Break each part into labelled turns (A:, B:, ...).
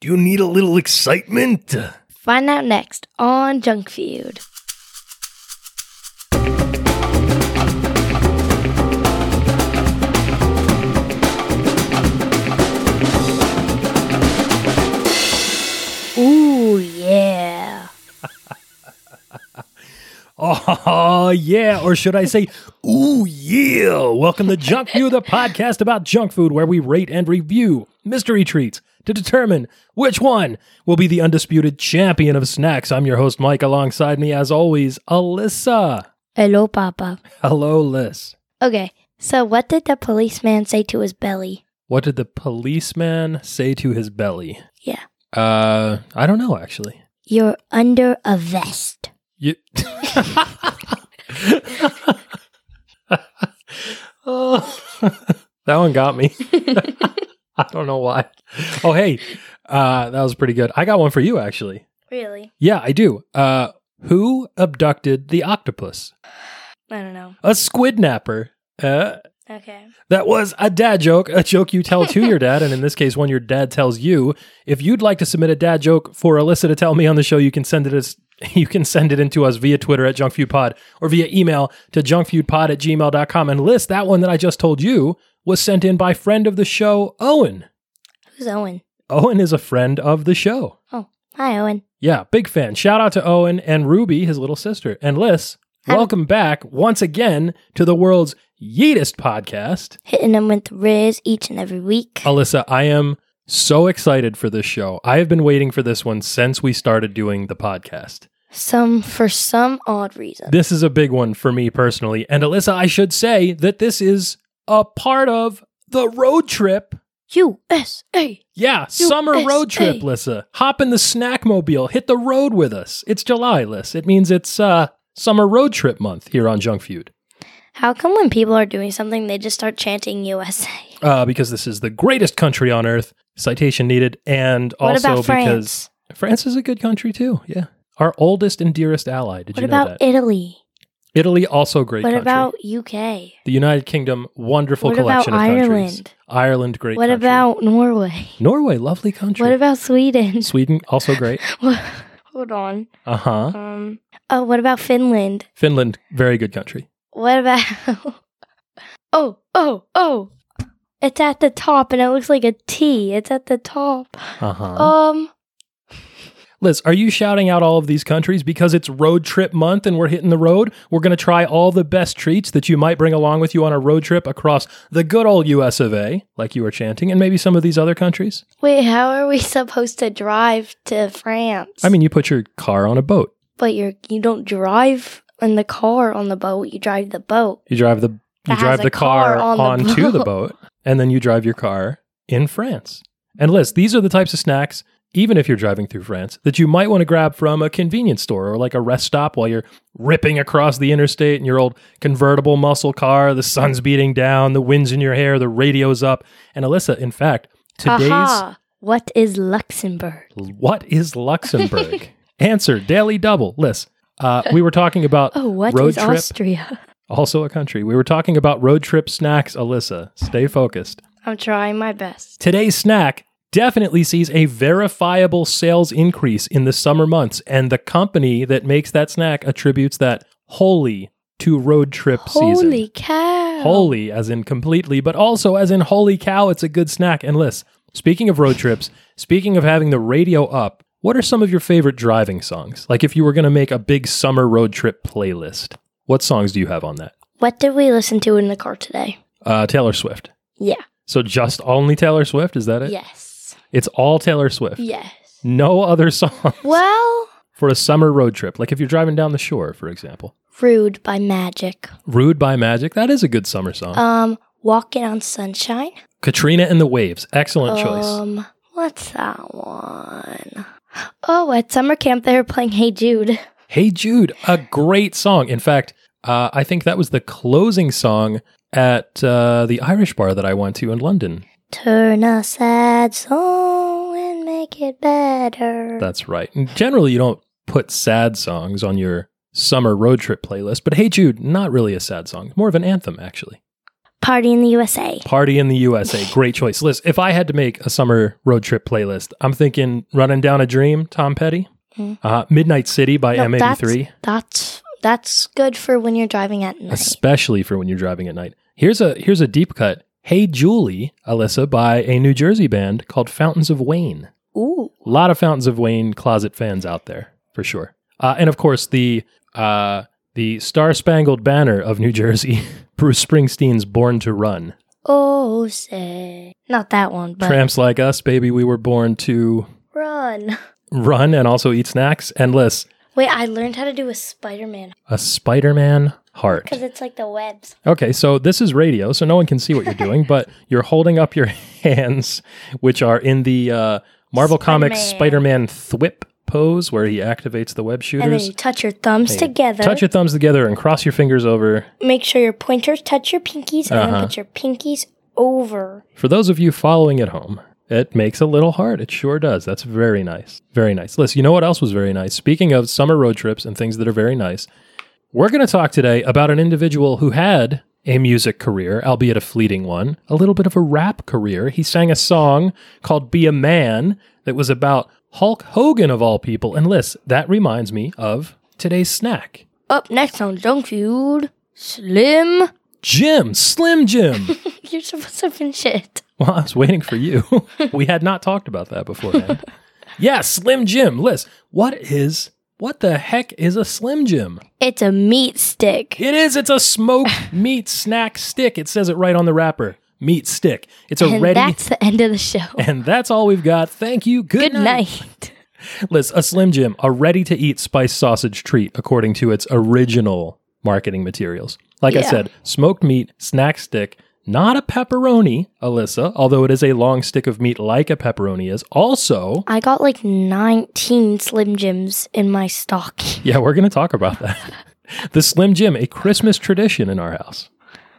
A: You need a little excitement.
B: Find out next on Junk Feud. Ooh, yeah.
A: Oh, yeah. Or should I say, ooh, yeah. Welcome to Junk Food, the podcast about junk food where we rate and review mystery treats to determine which one will be the undisputed champion of snacks. I'm your host, Mike. Alongside me, as always, Alyssa.
B: Hello, Papa.
A: Hello, Liz.
B: Okay, so what did the policeman say to his belly?
A: What did the policeman say to his belly?
B: Yeah.
A: Uh, I don't know, actually.
B: You're under a vest.
A: You. oh, that one got me. I don't know why. Oh, hey, uh, that was pretty good. I got one for you, actually.
B: Really?
A: Yeah, I do. Uh, who abducted the octopus?
B: I don't know.
A: A squidnapper. Uh,
B: Okay.
A: that was a dad joke, a joke you tell to your dad, and in this case, one your dad tells you. If you'd like to submit a dad joke for Alyssa to tell me on the show, you can send it as you can send it in to us via Twitter at junkfeudpod or via email to junkfeudpod at gmail.com. And list that one that I just told you was sent in by friend of the show, Owen.
B: Who's Owen?
A: Owen is a friend of the show.
B: Hi, Owen.
A: Yeah, big fan. Shout out to Owen and Ruby, his little sister. And Liz,
B: Hi.
A: welcome back once again to the world's yeetest podcast.
B: Hitting them with Riz each and every week.
A: Alyssa, I am so excited for this show. I have been waiting for this one since we started doing the podcast.
B: Some for some odd reason.
A: This is a big one for me personally. And Alyssa, I should say that this is a part of the road trip.
B: USA.
A: Yeah, summer road
B: USA.
A: trip, Lissa. Hop in the snack mobile. Hit the road with us. It's July, Liss. It means it's uh, summer road trip month here on Junk Feud.
B: How come when people are doing something, they just start chanting USA?
A: Uh, because this is the greatest country on earth. Citation needed. And
B: what
A: also
B: about
A: because
B: France?
A: France is a good country too. Yeah. Our oldest and dearest ally. Did
B: What
A: you know
B: about
A: that?
B: Italy?
A: Italy, also a great
B: what
A: country.
B: about UK?
A: the United Kingdom, wonderful
B: What about
A: collection of countries.
B: Ireland?
A: Ireland, great
B: What
A: country.
B: about Norway?
A: Norway, lovely country.
B: What about Sweden?
A: Sweden, also great.
B: Hold on.
A: Uh huh.
B: Um. Oh, what about Finland?
A: Finland, very good country.
B: What about? oh, oh, oh! It's at the top, and it looks like a T. It's at the top.
A: Uh huh.
B: Um.
A: Liz, are you shouting out all of these countries because it's road trip month and we're hitting the road? We're going to try all the best treats that you might bring along with you on a road trip across the good old US of A, like you were chanting, and maybe some of these other countries.
B: Wait, how are we supposed to drive to France?
A: I mean, you put your car on a boat,
B: but you're you don't drive in the car on the boat. You drive the boat.
A: you drive the you
B: That
A: drive
B: has a
A: the car,
B: car on the
A: onto
B: boat.
A: the boat, and then you drive your car in France. And Liz, these are the types of snacks, even if you're driving through France, that you might want to grab from a convenience store or like a rest stop while you're ripping across the interstate in your old convertible muscle car. The sun's beating down, the wind's in your hair, the radio's up. And Alyssa, in fact, today's
B: Aha! What is Luxembourg?
A: what is Luxembourg? Answer daily double. Liz, uh, we were talking about
B: Oh, what is
A: road trip.
B: Austria?
A: Also a country. We were talking about road trip snacks, Alyssa. Stay focused.
B: I'm trying my best.
A: Today's snack definitely sees a verifiable sales increase in the summer months, and the company that makes that snack attributes that wholly to road trip season.
B: Holy cow!
A: Wholly, as in completely, but also as in holy cow, it's a good snack. And Liz, speaking of road trips, speaking of having the radio up, what are some of your favorite driving songs? Like if you were going to make a big summer road trip playlist, what songs do you have on that?
B: What did we listen to in the car today?
A: Uh, Taylor Swift.
B: Yeah.
A: So just only Taylor Swift? Is that it?
B: Yes.
A: It's all Taylor Swift.
B: Yes.
A: No other song
B: Well,
A: for a summer road trip. Like if you're driving down the shore, for example.
B: Rude by Magic.
A: Rude by Magic. That is a good summer song.
B: Um, Walking on Sunshine.
A: Katrina and the Waves. Excellent choice.
B: Um, what's that one? Oh, at summer camp they were playing Hey Jude.
A: Hey Jude. A great song. In fact, uh, I think that was the closing song at uh, the Irish bar that I went to in London.
B: Turn a sad song and make it better.
A: That's right. And generally, you don't put sad songs on your summer road trip playlist, but Hey Jude, not really a sad song. More of an anthem, actually.
B: Party in the USA.
A: Party in the USA. Great choice. Liz, if I had to make a summer road trip playlist, I'm thinking Running Down a Dream, Tom Petty,
B: Mm.
A: uh, Midnight City by
B: No,
A: M83,
B: That's that's good for when you're driving at night.
A: especially for when you're driving at night. Here's a here's a deep cut. Hey Julie, Alyssa, by a New Jersey band called Fountains of Wayne.
B: Ooh.
A: A lot of Fountains of Wayne closet fans out there, for sure. Uh, and of course, the uh, the Star Spangled Banner of New Jersey, Bruce Springsteen's "Born to Run."
B: Oh, say. Not that one, but
A: Tramps like us, baby, we were born to
B: run.
A: run and also eat snacks. Endless,
B: Wait, I learned how to do a Spider-Man
A: a Spider-Man heart.
B: because it's like the webs.
A: Okay, so this is radio, so no one can see what you're doing, but you're holding up your hands, which are in the uh, Marvel Comics Spider-Man
B: Spider-Man.
A: thwip pose, where he activates the web shooters.
B: And then you touch your thumbs
A: Hey,
B: together.
A: Touch your thumbs together and cross your fingers over.
B: Make sure your pointers touch your pinkies and
A: Uh-huh.
B: then put your pinkies over.
A: For those of you following at home, it makes a little hard. It sure does. That's very nice. Very nice. Liz, you know what else was very nice? Speaking of summer road trips and things that are very nice, we're going to talk today about an individual who had a music career, albeit a fleeting one, a little bit of a rap career. He sang a song called Be a Man that was about Hulk Hogan, of all people. And Liz, that reminds me of today's snack.
B: Up next on Junk Food, Slim.
A: Jim, Slim Jim.
B: You're supposed to finish it.
A: Well, I was waiting for you. we had not talked about that beforehand. yeah, Slim Jim. Liz, what is what the heck is a Slim Jim?
B: It's a meat stick.
A: It is. It's a smoked meat snack stick. It says it right on the wrapper. Meat stick. It's a
B: and
A: ready.
B: that's the end of the show.
A: and that's all we've got. Thank you. Good,
B: Good night.
A: Liz, a Slim Jim, a ready to eat spice sausage treat according to its original marketing materials. Like I
B: Yeah.
A: said, smoked meat, snack stick, not a pepperoni, Alyssa, although it is a long stick of meat like a pepperoni is. Also,
B: I got like 19 Slim Jims in my stocking
A: yeah, we're going to talk about that. the Slim Jim, a Christmas tradition in our house.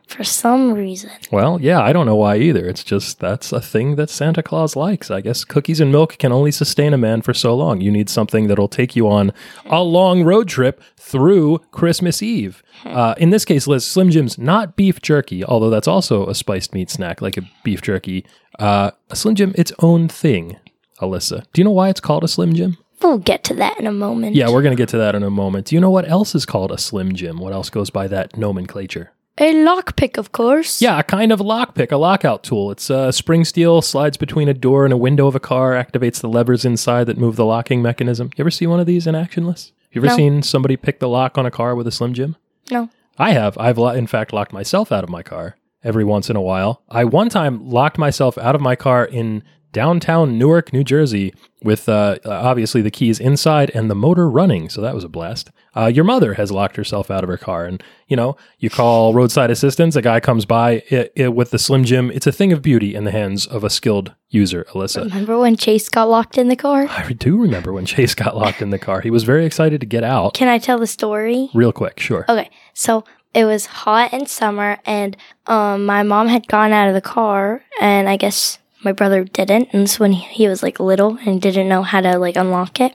B: for some reason.
A: Well, yeah, I don't know why either. It's just that's a thing that Santa Claus likes. I guess cookies and milk can only sustain a man for so long. You need something that'll take you on a long road trip through Christmas Eve. Uh, in this case, Liz, Slim Jim's not beef jerky, although that's also a spiced meat snack like a beef jerky. Uh, a Slim Jim, its own thing. Alyssa, do you know why it's called a Slim Jim?
B: We'll get to that in a moment.
A: Yeah, we're going to get to that in a moment. Do you know what else is called a Slim Jim? What else goes by that nomenclature?
B: A lockpick, of course.
A: Yeah, a kind of lockpick, a lockout tool. It's uh, spring steel, slides between a door and a window of a car, activates the levers inside that move the locking mechanism. You ever see one of these in action, Liz? You ever
B: No.
A: seen somebody pick the lock on a car with a Slim Jim?
B: No.
A: I have. I've, lo- in fact, locked myself out of my car every once in a while. I one time locked myself out of my car in downtown Newark, New Jersey, with uh, uh, obviously the keys inside and the motor running. So that was a blast. Uh, your mother has locked herself out of her car. And, you know, you call roadside assistance, a guy comes by i i with the Slim Jim. It's a thing of beauty in the hands of a skilled user, Alyssa.
B: Remember when Chase got locked in the car?
A: I do remember when Chase got locked in the car. He was very excited to get out.
B: Can I tell the story?
A: Real quick, sure.
B: Okay, so it was hot and summer, and um, my mom had gone out of the car, and I guess my brother didn't. And this is when he was like little and didn't know how to like unlock it.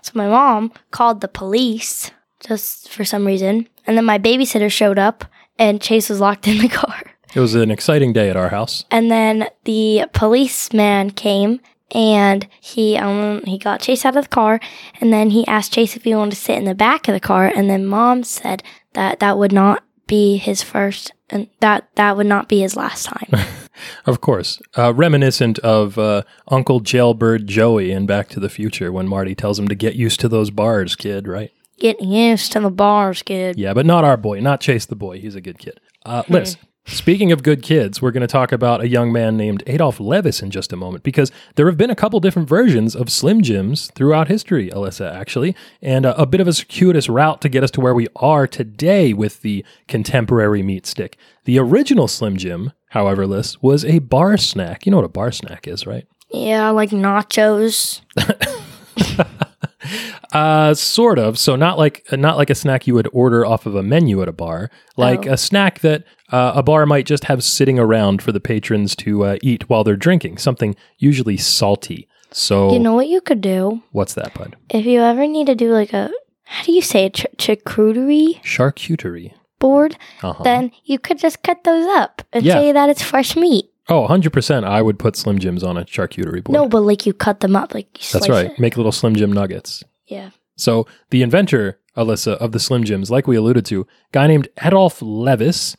B: So my mom called the police just for some reason, and then my babysitter showed up, and Chase was locked in the car.
A: It was an exciting day at our house.
B: And then the policeman came and he um he got Chase out of the car and then he asked Chase if he wanted to sit in the back of the car and then mom said that that would not be his first and that that would not be his last time.
A: Of course. Uh, reminiscent of uh, Uncle Jailbird Joey in Back to the Future when Marty tells him to get used to those bars, kid, right?
B: Getting used to the bars, kid.
A: Yeah, but not our boy, not Chase the boy. He's a good kid. Uh, Liz, speaking of good kids, we're going to talk about a young man named Adolf Levis in just a moment because there have been a couple different versions of Slim Jims throughout history, Alyssa, actually, and uh, a bit of a circuitous route to get us to where we are today with the contemporary meat stick. The original Slim Jim, however, Liz, was a bar snack. You know what a bar snack is, right?
B: Yeah, like nachos.
A: Uh, sort of. So not like not like a snack you would order off of a menu at a bar. Like
B: Oh.
A: a snack that uh, a bar might just have sitting around for the patrons to uh, eat while they're drinking. Something usually salty. So
B: You know what you could do
A: what's that, bud?
B: if you ever need to do like a how do you say it? Ch- charcuterie?
A: Charcuterie.
B: board,
A: Uh-huh.
B: then you could just cut those up and
A: Yeah.
B: say that it's fresh meat.
A: oh, 100% I would put Slim Jims on a charcuterie board.
B: No, but like you cut them up, like you slice
A: That's right.
B: it.
A: Make little Slim Jim nuggets.
B: Yeah.
A: So the inventor, Alyssa, of the Slim Jims, like we alluded to, guy named Adolf Levis,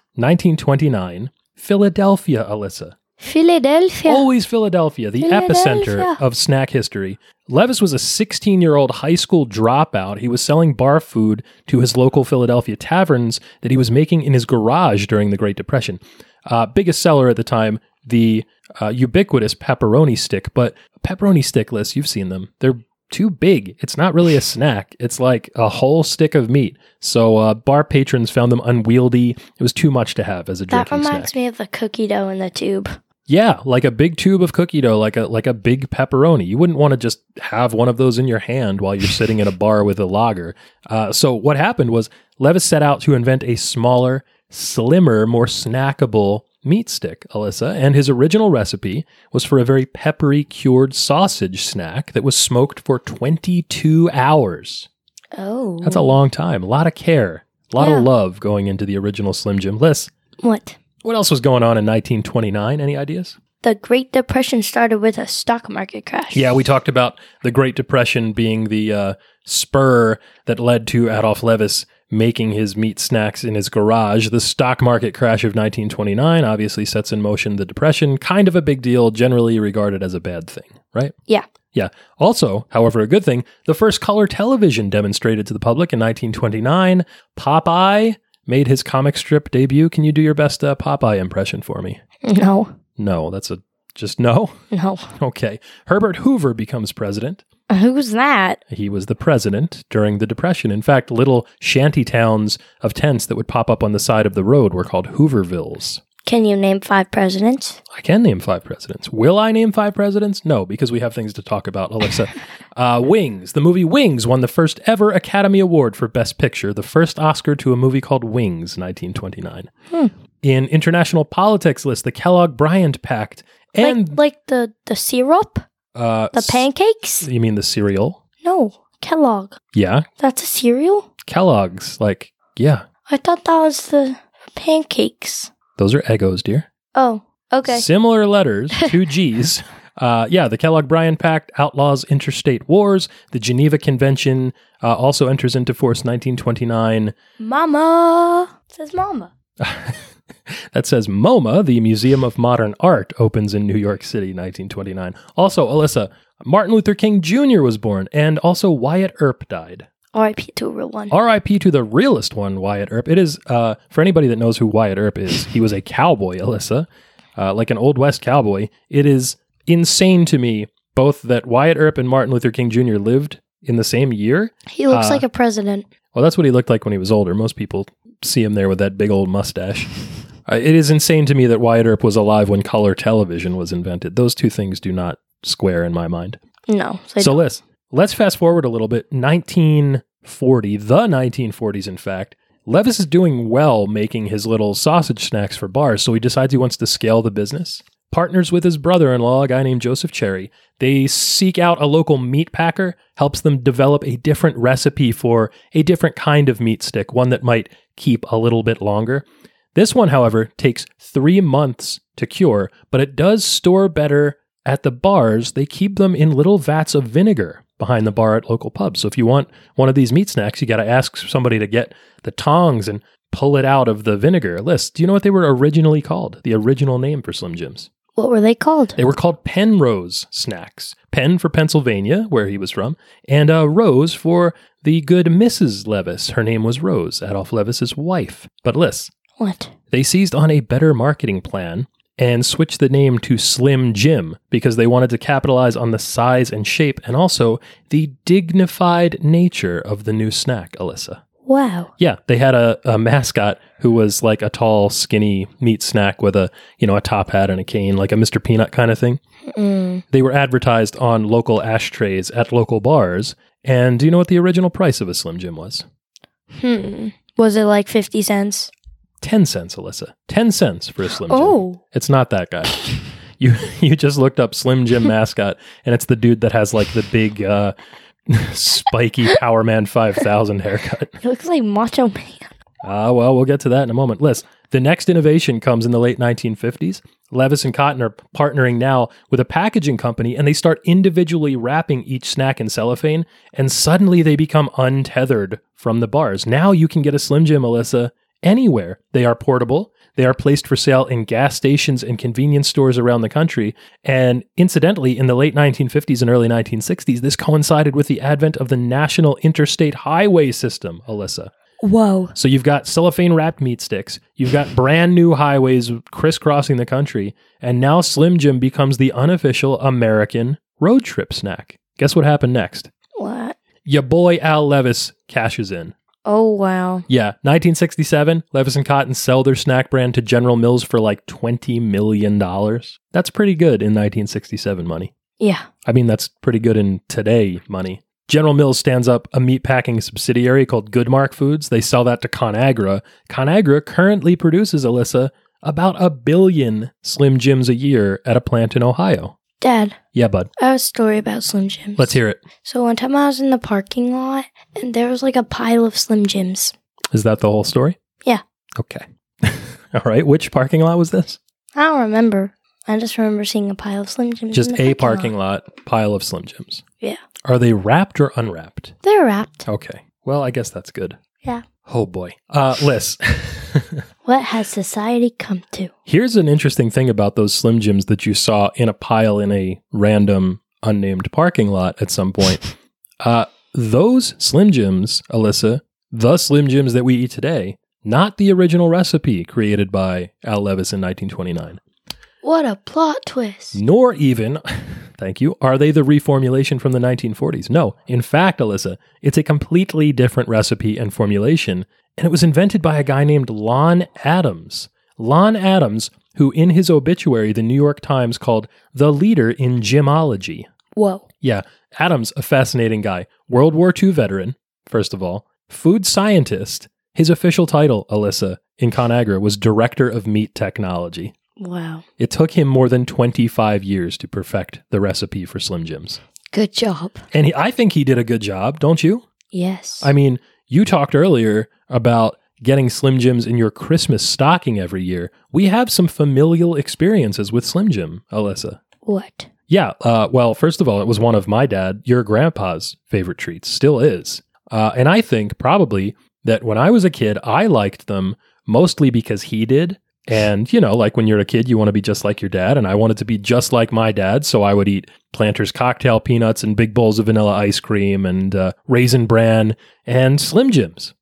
A: 1929, Philadelphia, Alyssa.
B: Philadelphia.
A: Always Philadelphia, the
B: Philadelphia.
A: epicenter of snack history. Levis was a 16 year old high school dropout. He was selling bar food to his local Philadelphia taverns that he was making in his garage during the Great Depression. Uh, biggest seller at the time, the uh, ubiquitous pepperoni stick, but pepperoni stickless, you've seen them. They're too big. It's not really a snack. It's like a whole stick of meat. So uh, bar patrons found them unwieldy. It was too much to have as a
B: that
A: drinking snack.
B: reminds me of the cookie dough in the tube.
A: Yeah, like a big tube of cookie dough, like a like a big pepperoni. You wouldn't want to just have one of those in your hand while you're sitting in a bar with a lager. Uh, so what happened was Levis set out to invent a smaller, slimmer, more snackable meat stick, Alyssa, and his original recipe was for a very peppery cured sausage snack that was smoked for 22 hours.
B: Oh.
A: That's a long time. A lot of care, a lot
B: Yeah.
A: of love going into the original Slim Jim. Liz,
B: What?
A: what else was going on in 1929? Any ideas?
B: The Great Depression started with a stock market crash.
A: Yeah, we talked about the Great Depression being the uh, spur that led to Adolf Levis making his meat snacks in his garage. The stock market crash of 1929 obviously sets in motion the Depression, kind of a big deal, generally regarded as a bad thing, right?
B: Yeah.
A: Yeah. Also, however, a good thing, the first color television demonstrated to the public in 1929. Popeye made his comic strip debut. Can you do your best uh, Popeye impression for me?
B: No.
A: No, that's a just no.
B: No.
A: Okay. Herbert Hoover becomes president.
B: Who's that?
A: He was the president during the Depression. In fact, little shanty towns of tents that would pop up on the side of the road were called Hoovervilles.
B: Can you name five presidents?
A: I can name five presidents. Will I name five presidents? No, because we have things to talk about, Alyssa. uh, Wings. The movie Wings won the first ever Academy Award for Best Picture, the first Oscar to a movie called Wings, 1929.
B: Hmm.
A: In international politics list, the Kellogg Bryant Pact and
B: like, like the the syrup,
A: uh,
B: the
A: s-
B: pancakes?
A: You mean the cereal?
B: No, Kellogg.
A: Yeah,
B: That's a cereal.
A: Kellogg's. Like, yeah,
B: I thought that was the pancakes.
A: those are Eggos, dear.
B: Oh, okay.
A: Similar letters, two G's. Uh, yeah, the Kellogg Bryan Pact outlaws interstate wars. The Geneva Convention uh, also enters into force 1929.
B: Mama says mama.
A: That says MoMA, the Museum of Modern Art, opens in New York City 1929. Also, Alyssa, Martin Luther King Jr. was born, and also Wyatt Earp died.
B: R.I.P. to a
A: Oh,
B: real one.
A: RIP to the realest one, Wyatt Earp. It is, uh, for anybody that knows who Wyatt Earp is, he was a cowboy, Alyssa, uh, like an Old West cowboy. It is insane to me both that Wyatt Earp and Martin Luther King Jr. lived in the same year.
B: He looks
A: Uh,
B: like a president.
A: Well, that's what he looked like when he was older. Most people see him there with that big old mustache. Uh, it is insane to me that Wyatt Earp was alive when color television was invented. Those two things do not square in my mind.
B: No. So,
A: So let's let's fast forward a little bit. 1940, the 1940s, in fact. Levis is doing well making his little sausage snacks for bars, so he decides he wants to scale the business. Partners with his brother in law, a guy named Joseph Cherry. They seek out a local meat packer, helps them develop a different recipe for a different kind of meat stick, one that might keep a little bit longer. This one, however, takes three months to cure, but it does store better at the bars. They keep them in little vats of vinegar behind the bar at local pubs. So if you want one of these meat snacks, you got to ask somebody to get the tongs and pull it out of the vinegar list. Do you know what they were originally called? The original name for Slim Jims?
B: what were they called?
A: They were called Penrose snacks. Penn for Pennsylvania, where he was from, and uh, Rose for the good Mrs. Levis. Her name was Rose, Adolph Levis's wife. But listen,
B: what?
A: they seized on a better marketing plan and switched the name to Slim Jim because they wanted to capitalize on the size and shape and also the dignified nature of the new snack, Alyssa.
B: Wow.
A: Yeah, they had a, a mascot who was like a tall, skinny meat snack with a you know a top hat and a cane, like a Mr. Peanut kind of thing.
B: Mm.
A: They were advertised on local ashtrays at local bars. And do you know what the original price of a Slim Jim was?
B: Hmm. Was it like fifty cents?
A: 10 cents, Alyssa. 10 cents for a Slim Jim.
B: Oh.
A: It's not that guy. You you just looked up Slim Jim mascot and it's the dude that has like the big uh spiky Power Man 5000 haircut.
B: He looks like Macho Man.
A: Ah, well, we'll get to that in a moment. Liz, the next innovation comes in the late 1950s. Levis and Cotton are partnering now with a packaging company, and they start individually wrapping each snack in cellophane, and suddenly they become untethered from the bars. Now you can get a Slim Jim, Alyssa, anywhere. They are portable. They are placed for sale in gas stations and convenience stores around the country. And incidentally, in the late 1950s and early 1960s, this coincided with the advent of the National Interstate Highway System, Alyssa.
C: Whoa.
A: So you've got cellophane wrapped meat sticks, you've got brand new highways crisscrossing the country, and now Slim Jim becomes the unofficial American road trip snack. Guess what happened next?
B: What?
A: Your boy Al Levis cashes in.
B: Oh, wow.
A: Yeah, 1967, Levis and Cotton sell their snack brand to General Mills for like $20 million. That's pretty good in 1967 money.
B: Yeah.
A: I mean, that's pretty good in today money. General Mills stands up a meatpacking subsidiary called Goodmark Foods. They sell that to ConAgra. ConAgra currently produces, Alyssa, about a billion Slim Jims a year at a plant in Ohio.
B: Dad,
A: Yeah, bud.
B: I have a story about Slim Jims.
A: Let's hear it.
B: So one time I was in the parking lot and there was like a pile of Slim Jims.
A: Is that the whole story?
B: Yeah.
A: Okay. All right. Which parking lot was this?
B: I don't remember. I just remember seeing a pile of Slim Jims.
A: Just
B: in the
A: a parking lot. pile of Slim Jims.
B: Yeah.
A: Are they wrapped or unwrapped?
B: They're wrapped.
A: Okay. Well, I guess that's good.
B: Yeah.
A: Oh boy. Uh, Liz,
B: What has society come to?
A: here's an interesting thing about those Slim Jims that you saw in a pile in a random unnamed parking lot at some point. uh, those Slim Jims, Alyssa, the Slim Jims that we eat today, not the original recipe created by Al Levis in 1929.
B: What a plot twist.
A: Nor even, thank you, are they the reformulation from the 1940s. No, in fact, Alyssa, it's a completely different recipe and formulation, and it was invented by a guy named Lon Adams. Lon Adams, who in his obituary, the New York Times called the leader in gymology.
C: Whoa.
A: Yeah, Adams, a fascinating guy. World War II veteran, first of all. Food scientist. His official title, Alyssa, in ConAgra was Director of Meat Technology.
B: Wow.
A: It took him more than 25 years to perfect the recipe for Slim Jims.
C: Good job.
A: And he, I think he did a good job, don't you?
B: Yes.
A: I mean, you talked earlier about getting Slim Jims in your Christmas stocking every year. We have some familial experiences with Slim Jim, Alyssa.
B: what?
A: Yeah. Uh, well, first of all, it was one of my dad, your grandpa's favorite treats, still is. Uh, and I think probably that when I was a kid, I liked them mostly because he did. And, you know, like when you're a kid, you want to be just like your dad. And I wanted to be just like my dad. So I would eat Planters cocktail peanuts and big bowls of vanilla ice cream and uh, raisin bran and Slim Jims.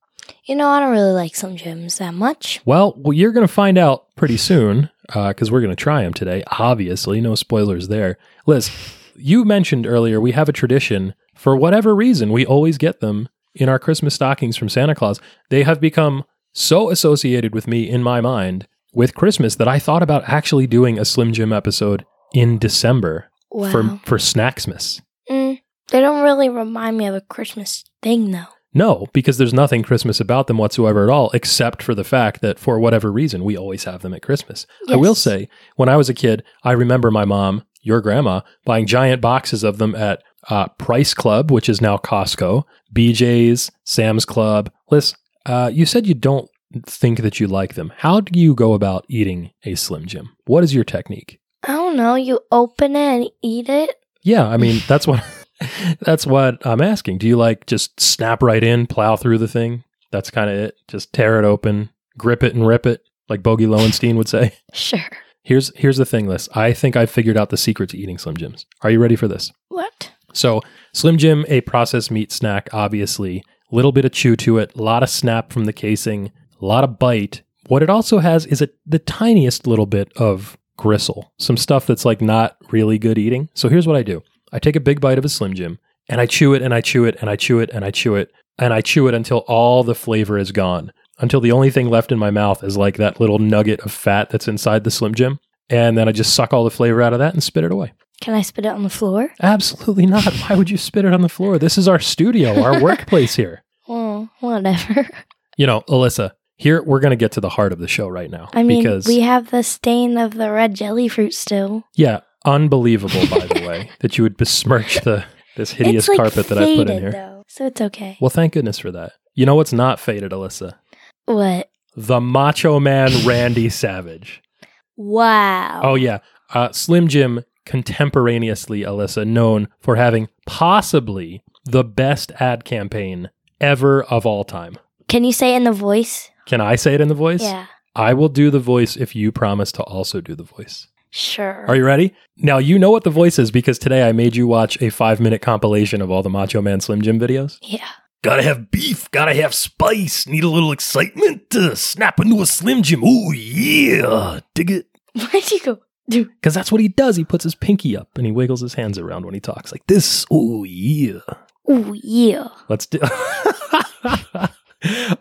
B: You know, I don't really like Slim Jims that much.
A: Well, well you're going to find out pretty soon because we're going to try them today. Obviously, no spoilers there. Liz, you mentioned earlier we have a tradition. For whatever reason, we always get them in our Christmas stockings from Santa Claus. They have become so associated with me in my mind with Christmas that I thought about actually doing a Slim Jim episode in December
B: Wow.
A: for for Snacksmas.
B: Mm, they don't really remind me of a Christmas thing, though.
A: No, because there's nothing Christmas about them whatsoever at all, except for the fact that for whatever reason, we always have them at Christmas. I will
B: Yes.
A: say, when I was a kid, I remember my mom, your grandma, buying giant boxes of them at uh, Price Club, which is now Costco, BJ's, Sam's Club. Liz, uh, you said you don't think that you like them. How do you go about eating a Slim Jim? What is your technique?
B: I don't know. You open it and eat it.
A: Yeah, I mean, that's what that's what I'm asking. Do you like just snap right in, plow through the thing? That's kind of it. Just tear it open, grip it and rip it, like Bogey Lowenstein would say.
B: Sure.
A: Here's here's the thing, Liz. I think I figured out the secret to eating Slim Jims. Are you ready for this?
B: What?
A: So Slim Jim, a processed meat snack, obviously. Little bit of chew to it, a lot of snap from the casing, a lot of bite. What it also has is a, the tiniest little bit of gristle, some stuff that's like not really good eating. So here's what I do: I take a big bite of a Slim Jim, and I chew it, and I chew it, and I chew it, and I chew it, and I chew it until all the flavor is gone, until the only thing left in my mouth is like that little nugget of fat that's inside the Slim Jim, and then I just suck all the flavor out of that and spit it away.
B: Can I spit it on the floor?
A: Absolutely not. Why would you spit it on the floor? This is our studio, our workplace here.
B: Oh, whatever.
A: You know, Alyssa, here we're going to get to the heart of the show right now.
B: I mean,
A: because,
B: we have the stain of the red jelly fruit still.
A: yeah, unbelievable, by the way, that you would besmirch the this hideous
B: it's like
A: carpet that I put in
B: faded,
A: here.
B: Though, so it's okay.
A: Well, thank goodness for that. You know what's not faded, Alyssa?
B: What?
A: The Macho Man Randy Savage.
B: Wow.
A: Oh yeah, uh, Slim Jim contemporaneously Alyssa known for having possibly the best ad campaign ever of all time.
B: Can you say it in the voice?
A: Can I say it in the voice?
B: Yeah.
A: I will do the voice if you promise to also do the voice.
B: Sure.
A: Are you ready? Now you know what the voice is because today I made you watch a five minute compilation of all the Macho Man Slim Jim videos.
B: yeah.
A: Gotta have beef, gotta have spice, need a little excitement to snap into a Slim Jim. Ooh, yeah, dig it.
B: Why'd you go? Do
A: Because that's what he does. He puts his pinky up and he wiggles his hands around when he talks like this. Ooh, yeah.
B: ooh yeah.
A: Let's do.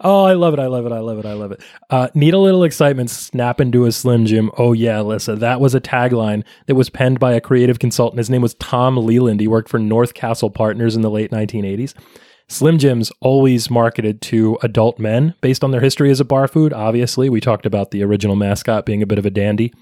A: oh, I love it! I love it! I love it! I love it! Uh, need a little excitement? Snap into a Slim Jim. Oh yeah, Alyssa, that was a tagline that was penned by a creative consultant. His name was Tom Leland. He worked for North Castle Partners in the late 1980s. Slim Jims always marketed to adult men based on their history as a bar food. Obviously, we talked about the original mascot being a bit of a dandy.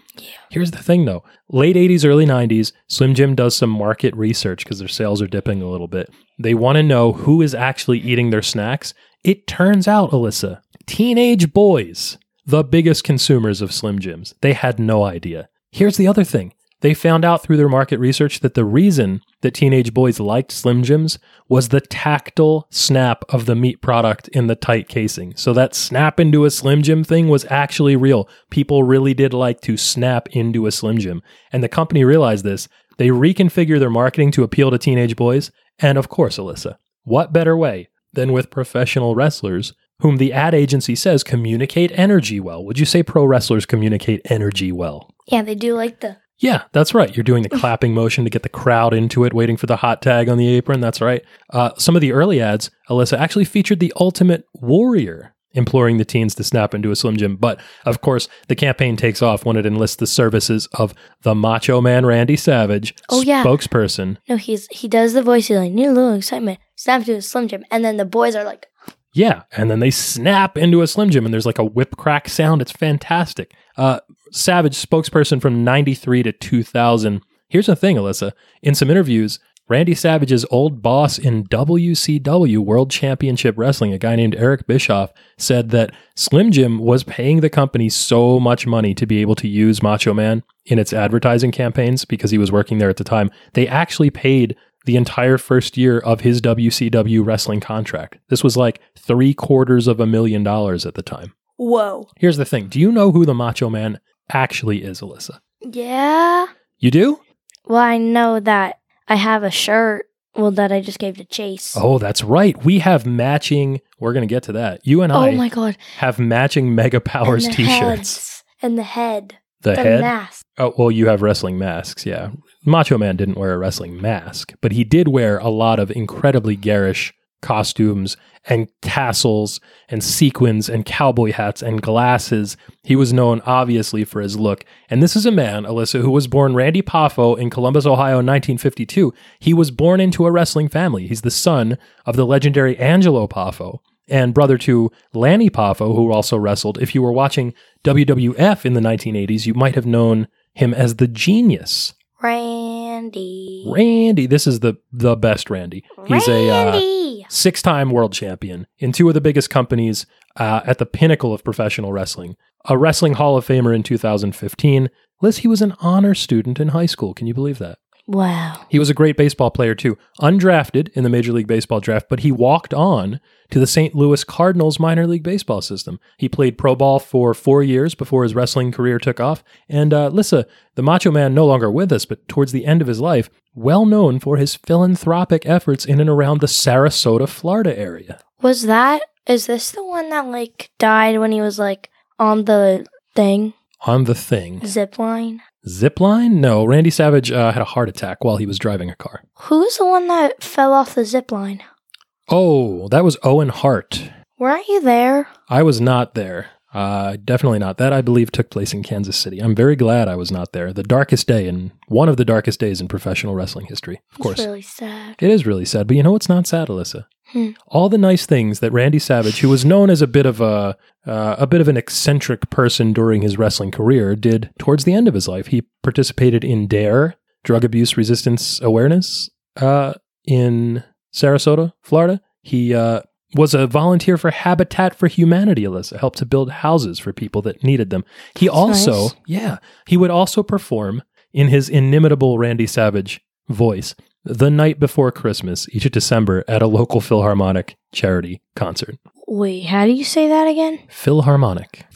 A: Here's the thing though late 80s, early 90s, Slim Jim does some market research because their sales are dipping a little bit. They want to know who is actually eating their snacks. It turns out, Alyssa, teenage boys, the biggest consumers of Slim Jims, they had no idea. Here's the other thing they found out through their market research that the reason that teenage boys liked Slim Jims was the tactile snap of the meat product in the tight casing. So that snap into a Slim Jim thing was actually real. People really did like to snap into a Slim Jim. And the company realized this. They reconfigure their marketing to appeal to teenage boys. And of course, Alyssa, what better way than with professional wrestlers whom the ad agency says communicate energy well? Would you say pro wrestlers communicate energy well?
B: Yeah, they do like the
A: Yeah, that's right. You're doing the clapping motion to get the crowd into it, waiting for the hot tag on the apron. That's right. Uh, some of the early ads, Alyssa, actually featured the ultimate warrior imploring the teens to snap into a Slim Jim. But of course, the campaign takes off when it enlists the services of the Macho Man Randy Savage,
B: Oh, yeah.
A: spokesperson.
B: no. He's he does the voice. He's like need a little excitement. Snap to a slim jim, and then the boys are like,
A: Yeah, and then they snap into a Slim Jim, and there's like a whip crack sound. It's fantastic. Uh, Savage spokesperson from '93 to 2000. Here's the thing, Alyssa. In some interviews, Randy Savage's old boss in WCW World Championship Wrestling, a guy named Eric Bischoff, said that Slim Jim was paying the company so much money to be able to use Macho Man in its advertising campaigns because he was working there at the time. They actually paid the entire first year of his WCW wrestling contract. This was like three quarters of a million dollars at the time.
B: whoa,
A: Here's the thing Do you know who the Macho Man actually is, Alyssa?
B: yeah.
A: You do?
B: Well, I know that I have a shirt. Well, that I just gave to Chase.
A: Oh, that's right. We have matching. We're going to get to that. You and
B: Oh
A: I
B: my god!
A: have matching Mega Powers
B: and the
A: t shirts.
B: heads. and the head,
A: The,
B: the
A: head?
B: mask.
A: Oh, well, you have wrestling masks, yeah. Macho Man didn't wear a wrestling mask, but he did wear a lot of incredibly garish costumes and tassels and sequins and cowboy hats and glasses. He was known, obviously, for his look. And this is a man, Alyssa, who was born Randy Poffo in Columbus, Ohio in 1952. He was born into a wrestling family. He's the son of the legendary Angelo Poffo and brother to Lanny Poffo, who also wrestled. If you were watching WWF in the 1980s, you might have known him as the genius.
B: Randy.
A: Randy, this is the the best Randy. He's a uh,
B: Randy.
A: six-time world champion in two of the biggest companies uh, at the pinnacle of professional wrestling. A wrestling Hall of Famer in 2015. Liz, he was an honor student in high school. Can you believe that?
B: wow.
A: He was a great baseball player too, undrafted in the Major League Baseball draft, but he walked on to the St. Louis Cardinals minor league baseball system. He played pro ball for four years before his wrestling career took off. And uh, Lissa, the Macho Man, no longer with us, but towards the end of his life, well known for his philanthropic efforts in and around the Sarasota, Florida area.
B: Was that? Is this the one that like died when he was like on the thing
A: On the thing,
B: zip line?
A: zipline? No, Randy Savage uh, had a heart attack while he was driving a car.
B: Who's the one that fell off the zip line?
A: Oh, that was Owen Hart.
B: Weren't you there?
A: I was not there. Uh, definitely not. That I believe took place in Kansas City. I'm very glad I was not there. The darkest day in one of the darkest days in professional wrestling history. Of course,
B: It's really sad.
A: it is really sad. But you know what's not sad, Alyssa?
B: Hmm.
A: All the nice things that Randy Savage, who was known as a bit of a uh, a bit of an eccentric person during his wrestling career, did towards the end of his life. He participated in Dare Drug Abuse Resistance Awareness uh, in Sarasota, Florida. He uh, was a volunteer for Habitat for Humanity, Alyssa, helped to build houses for people that needed them. He also,
B: nice.
A: yeah, he would also perform in his inimitable Randy Savage voice the night before Christmas each December at a local Philharmonic charity concert.
B: Wait, how do you say that again?
A: Philharmonic.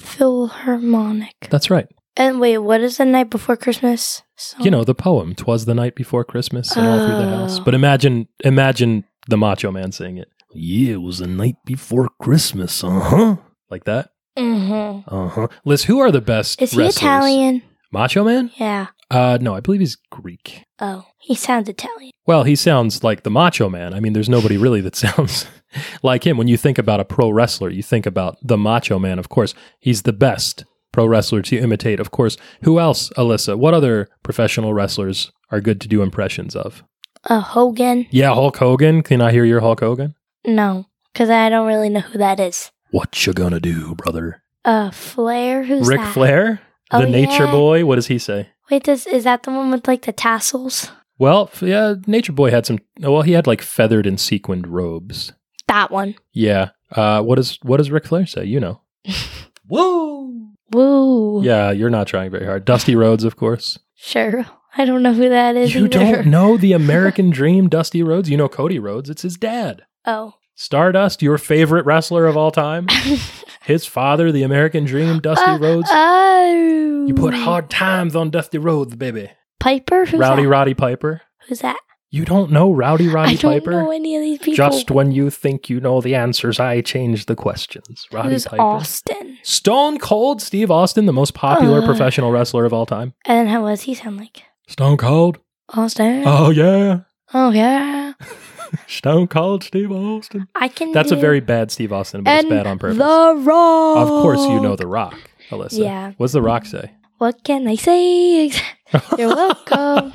B: Philharmonic.
A: That's right.
B: And wait, what is the night before Christmas? Song?
A: You know, the poem, Twas the Night Before Christmas and all through the house.
B: Oh.
A: But imagine imagine the macho man saying it. Yeah, it was the night before Christmas, uh-huh. Like that?
B: hmm
A: Uh-huh. Liz, who are the best
B: Is he
A: wrestlers?
B: Italian?
A: Macho Man?
B: Yeah.
A: Uh no, I believe he's Greek.
B: Oh, he sounds Italian.
A: Well, he sounds like the Macho Man. I mean, there's nobody really that sounds like him. When you think about a pro wrestler, you think about the Macho Man, of course. He's the best pro wrestler to imitate, of course. Who else, Alyssa? What other professional wrestlers are good to do impressions of?
B: Uh, Hogan?
A: Yeah, Hulk Hogan. Can I hear your Hulk Hogan?
B: No, because I don't really know who that is.
A: What you gonna do, brother?
B: Uh, Flair? Who's
A: Ric
B: that?
A: Flair,
B: Oh,
A: the Nature
B: yeah.
A: Boy. What does he say?
B: Wait, does, is that the one with like the tassels?
A: Well, f- yeah, Nature Boy had some. Well, he had like feathered and sequined robes.
B: That one.
A: Yeah. Uh, what does what does Ric Flair say? You know. Whoa.
B: Woo.
A: Yeah, you're not trying very hard. Dusty Rhodes, of course.
B: Sure. I don't know who that is
A: you
B: either.
A: don't know the American Dream, Dusty Rhodes. You know Cody Rhodes. It's his dad.
B: Oh.
A: Stardust, your favorite wrestler of all time. His father, the American Dream, Dusty
B: Uh,
A: Rhodes.
B: Oh.
A: You put hard times on Dusty Rhodes, baby.
B: Piper? Who's
A: Rowdy
B: that?
A: Roddy Piper.
B: Who's that?
A: You don't know Rowdy Roddy
B: I don't
A: Piper?
B: know any of these people.
A: Just when you think you know the answers, I change the questions. Roddy
B: Who's
A: Piper.
B: Austin?
A: Stone Cold Steve Austin, the most popular
B: Uh.
A: professional wrestler of all time.
B: And then how does he sound like?
A: Stone Cold.
B: Austin?
A: Oh yeah.
B: oh, yeah.
A: Stone Cold Steve Austin.
B: I can
A: That's a
B: do-
A: very bad Steve Austin, but
B: and
A: it's bad on purpose.
B: The Rock.
A: Of course you know The Rock, Alyssa.
B: Yeah.
A: What's The Rock say?
B: What can I say? You're welcome.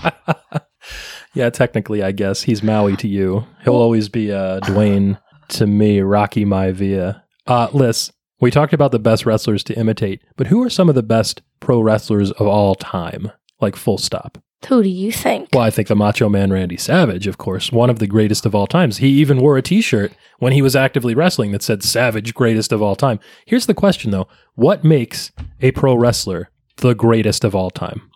A: yeah, technically I guess he's Maui to you. He'll always be uh Dwayne to me, Rocky Maivia. Uh Liz, we talked about the best wrestlers to imitate, but who are some of the best pro wrestlers of all time? Like full stop.
B: Who do you think?
A: Well, I think the Macho Man Randy Savage, of course, one of the greatest of all times. He even wore a t shirt when he was actively wrestling that said Savage, greatest of all time. Here's the question, though What makes a pro wrestler the greatest of all time?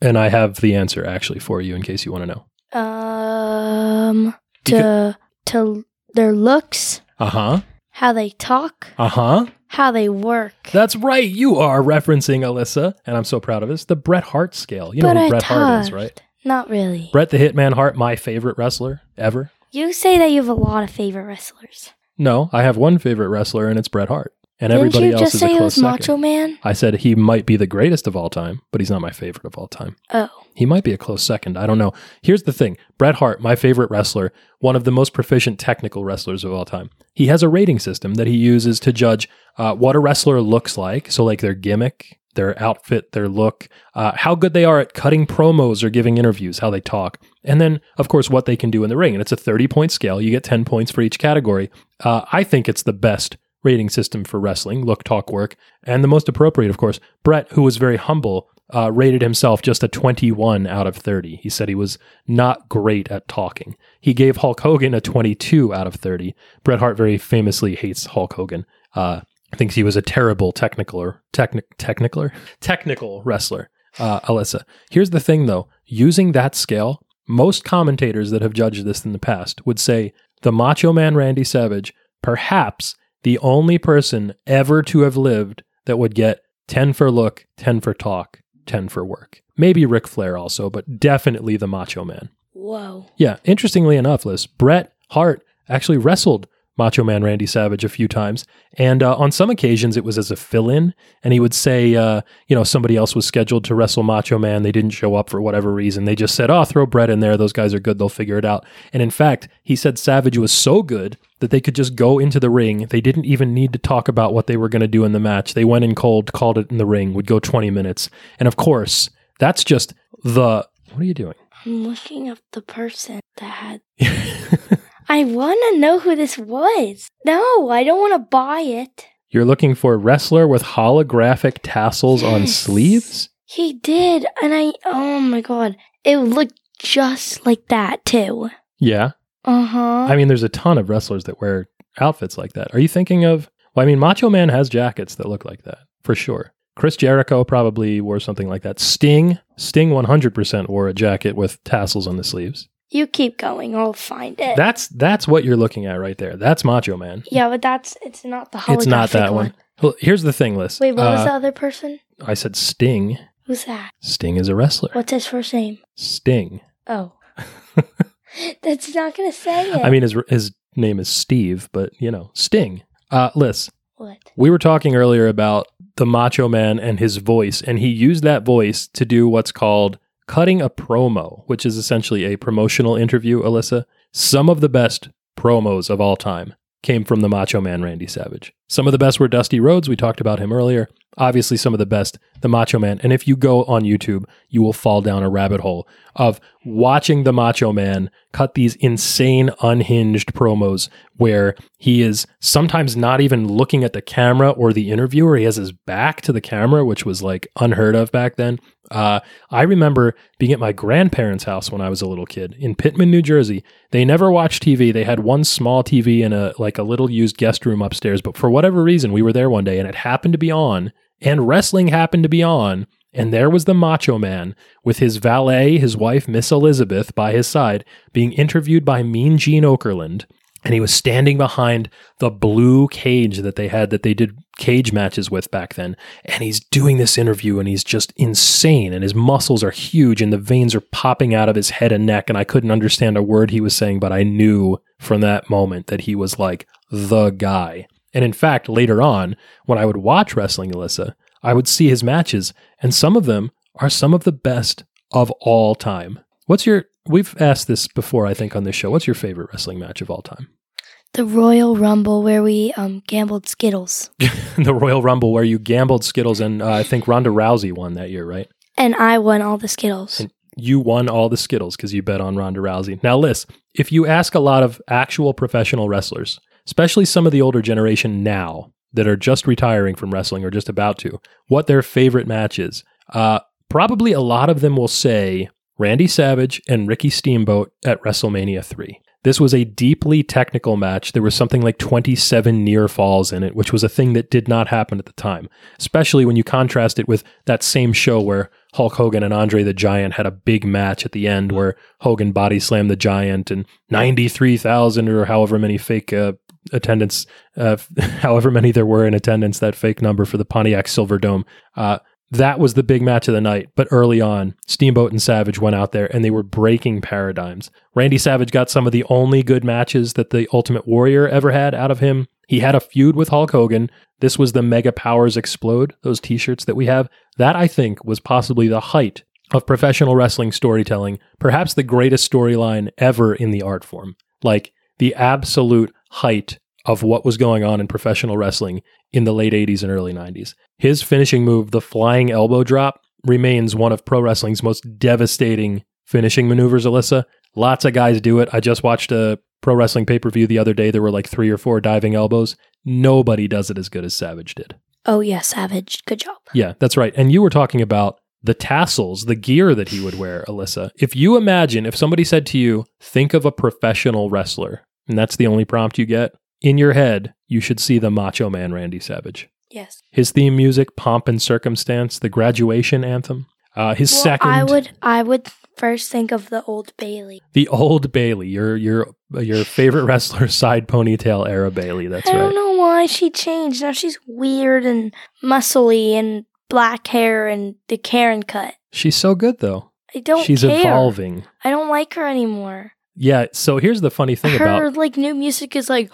A: And I have the answer actually for you in case you want to know.
B: Um, to to their looks,
A: Uh huh.
B: how they talk,
A: Uh huh.
B: how they work.
A: That's right. You are referencing Alyssa, and I'm so proud of this. The Bret Hart scale. You know
B: but
A: who
B: I
A: Bret
B: talked.
A: Hart is, right?
B: Not really.
A: Bret the Hitman Hart, my favorite wrestler ever.
B: you say that you have a lot of favorite wrestlers.
A: No, I have one favorite wrestler, and it's Bret Hart. And
B: Didn't
A: everybody
B: you
A: else
B: just
A: is
B: say
A: a
B: it
A: close
B: was
A: second.
B: Macho Man?
A: I said he might be the greatest of all time, but he's not my favorite of all time.
B: Oh,
A: He might be a close second. I don't know. Here's the thing Bret Hart, my favorite wrestler, one of the most proficient technical wrestlers of all time, he has a rating system that he uses to judge uh, what a wrestler looks like. So, like their gimmick, their outfit, their look, uh, how good they are at cutting promos or giving interviews, how they talk, and then, of course, what they can do in the ring. And it's a 30 point scale. You get 10 points for each category. Uh, I think it's the best rating system for wrestling, look, talk, work, and the most appropriate, of course. Brett, who was very humble, uh, rated himself just a 21 out of 30. He said he was not great at talking. He gave Hulk Hogan a 22 out of 30. Bret Hart very famously hates Hulk Hogan. Uh, thinks he was a terrible technical or techni- technical technical wrestler. Uh, Alyssa, here's the thing though: using that scale, most commentators that have judged this in the past would say the Macho Man Randy Savage, perhaps the only person ever to have lived that would get 10 for look, 10 for talk, 10 for work. Maybe Ric Flair also, but definitely the Macho Man.
B: whoa.
A: Yeah, interestingly enough, Liz, Bret Hart actually wrestled Macho Man Randy Savage a few times. And uh, on some occasions, it was as a fill in. And he would say, uh, you know, somebody else was scheduled to wrestle Macho Man. They didn't show up for whatever reason. They just said, oh, throw Bret in there. Those guys are good. They'll figure it out. And in fact, he said Savage was so good that they could just go into the ring. They didn't even need to talk about what they were going to do in the match. They went in cold, called it in the ring, would go 20 minutes. And of course, that's just the. What are you doing?
B: I'm looking up the person that had. I want to know who this was. No, I don't want to buy it.
A: You're looking for wrestler with holographic tassels on
B: Yes.
A: sleeves?
B: He did, and I. Oh my god, it looked just like that too. Uh-huh.
A: Yeah.
B: Uh huh.
A: I mean, there's a ton of wrestlers that wear outfits like that. Are you thinking of? Well, I mean, Macho Man has jackets that look like that for sure. Chris Jericho probably wore something like that. Sting, Sting 100% wore a jacket with tassels on the sleeves.
B: You keep going, I'll find it.
A: That's that's what you're looking at right there. That's Macho Man.
B: yeah, but that's it's not the holographic
A: It's not that one. Well, here's the thing, Liz.
B: Wait, what was
A: Uh,
B: the other person?
A: I said Sting.
B: Who's that?
A: Sting is a wrestler.
B: What's his first name?
A: Sting.
B: Oh. That's not gonna say it.
A: I mean, his his name is Steve, but you know, Sting. Uh, Liz,
B: what?
A: we were talking earlier about the Macho Man and his voice, and he used that voice to do what's called cutting a promo, which is essentially a promotional interview. Alyssa, some of the best promos of all time came from the Macho Man Randy Savage. Some of the best were Dusty Rhodes. We talked about him earlier. Obviously, some of the best, the Macho Man. And if you go on YouTube, you will fall down a rabbit hole of watching the Macho Man cut these insane, unhinged promos where he is sometimes not even looking at the camera or the interviewer. He has his back to the camera, which was like unheard of back then. Uh, I remember being at my grandparents' house when I was a little kid in Pittman, New Jersey. They never watched TV. They had one small TV in a like a little used guest room upstairs. But for whatever reason, we were there one day and it happened to be on, and wrestling happened to be on. And there was the Macho Man with his valet, his wife, Miss Elizabeth, by his side, being interviewed by Mean Gene Okerlund. And he was standing behind the blue cage that they had that they did cage matches with back then. And he's doing this interview and he's just insane. And his muscles are huge and the veins are popping out of his head and neck. And I couldn't understand a word he was saying, but I knew from that moment that he was like the guy. And in fact, later on, when I would watch wrestling, Alyssa, I would see his matches, and some of them are some of the best of all time. What's your we've asked this before, I think, on this show. What's your favorite wrestling match of all time?
B: The Royal Rumble where we um gambled Skittles.
A: the Royal Rumble, where you gambled Skittles, and uh, I think Ronda Rousey won that year, right?
B: And I won all the Skittles.
A: And- You won all the Skittles because you bet on Ronda Rousey. Now, Liz, if you ask a lot of actual professional wrestlers, especially some of the older generation now that are just retiring from wrestling or just about to, what their favorite match is, uh, probably a lot of them will say Randy Savage and Ricky Steamboat at WrestleMania 3. This was a deeply technical match. There was something like 27 near falls in it, which was a thing that did not happen at the time, especially when you contrast it with that same show where Hulk Hogan and Andre the Giant had a big match at the end where Hogan body slammed the Giant and 93,000 or however many fake uh, attendance, uh, however many there were in attendance, that fake number for the Pontiac Silverdome. Uh, that was the big match of the night. But early on, Steamboat and Savage went out there and they were breaking paradigms. Randy Savage got some of the only good matches that the Ultimate Warrior ever had out of him. He had a feud with Hulk Hogan. This was the Mega Powers Explode, those t shirts that we have. That, I think, was possibly the height of professional wrestling storytelling, perhaps the greatest storyline ever in the art form. Like the absolute height of what was going on in professional wrestling in the late 80s and early 90s. His finishing move, the flying elbow drop, remains one of pro wrestling's most devastating finishing maneuvers, Alyssa. Lots of guys do it. I just watched a pro wrestling pay per view the other day. There were like three or four diving elbows. Nobody does it as good as Savage did.
B: oh yeah, Savage. Good job.
A: Yeah, that's right. And you were talking about the tassels, the gear that he would wear, Alyssa. If you imagine, if somebody said to you, think of a professional wrestler, and that's the only prompt you get, in your head, you should see the Macho Man Randy Savage.
B: Yes.
A: His theme music, Pomp and Circumstance, the graduation anthem, uh, his
B: Well,
A: second,
B: I would I would first think of the old Bailey.
A: the old Bailey, your your your favorite wrestler, side ponytail era Bailey. That's
B: I
A: right.
B: don't know why she changed. Now she's weird and muscly and black hair and the Karen cut.
A: She's so good though.
B: I don't
A: She's
B: care.
A: evolving.
B: I don't like her anymore.
A: Yeah. So here's the funny thing
B: her
A: about
B: like new music is like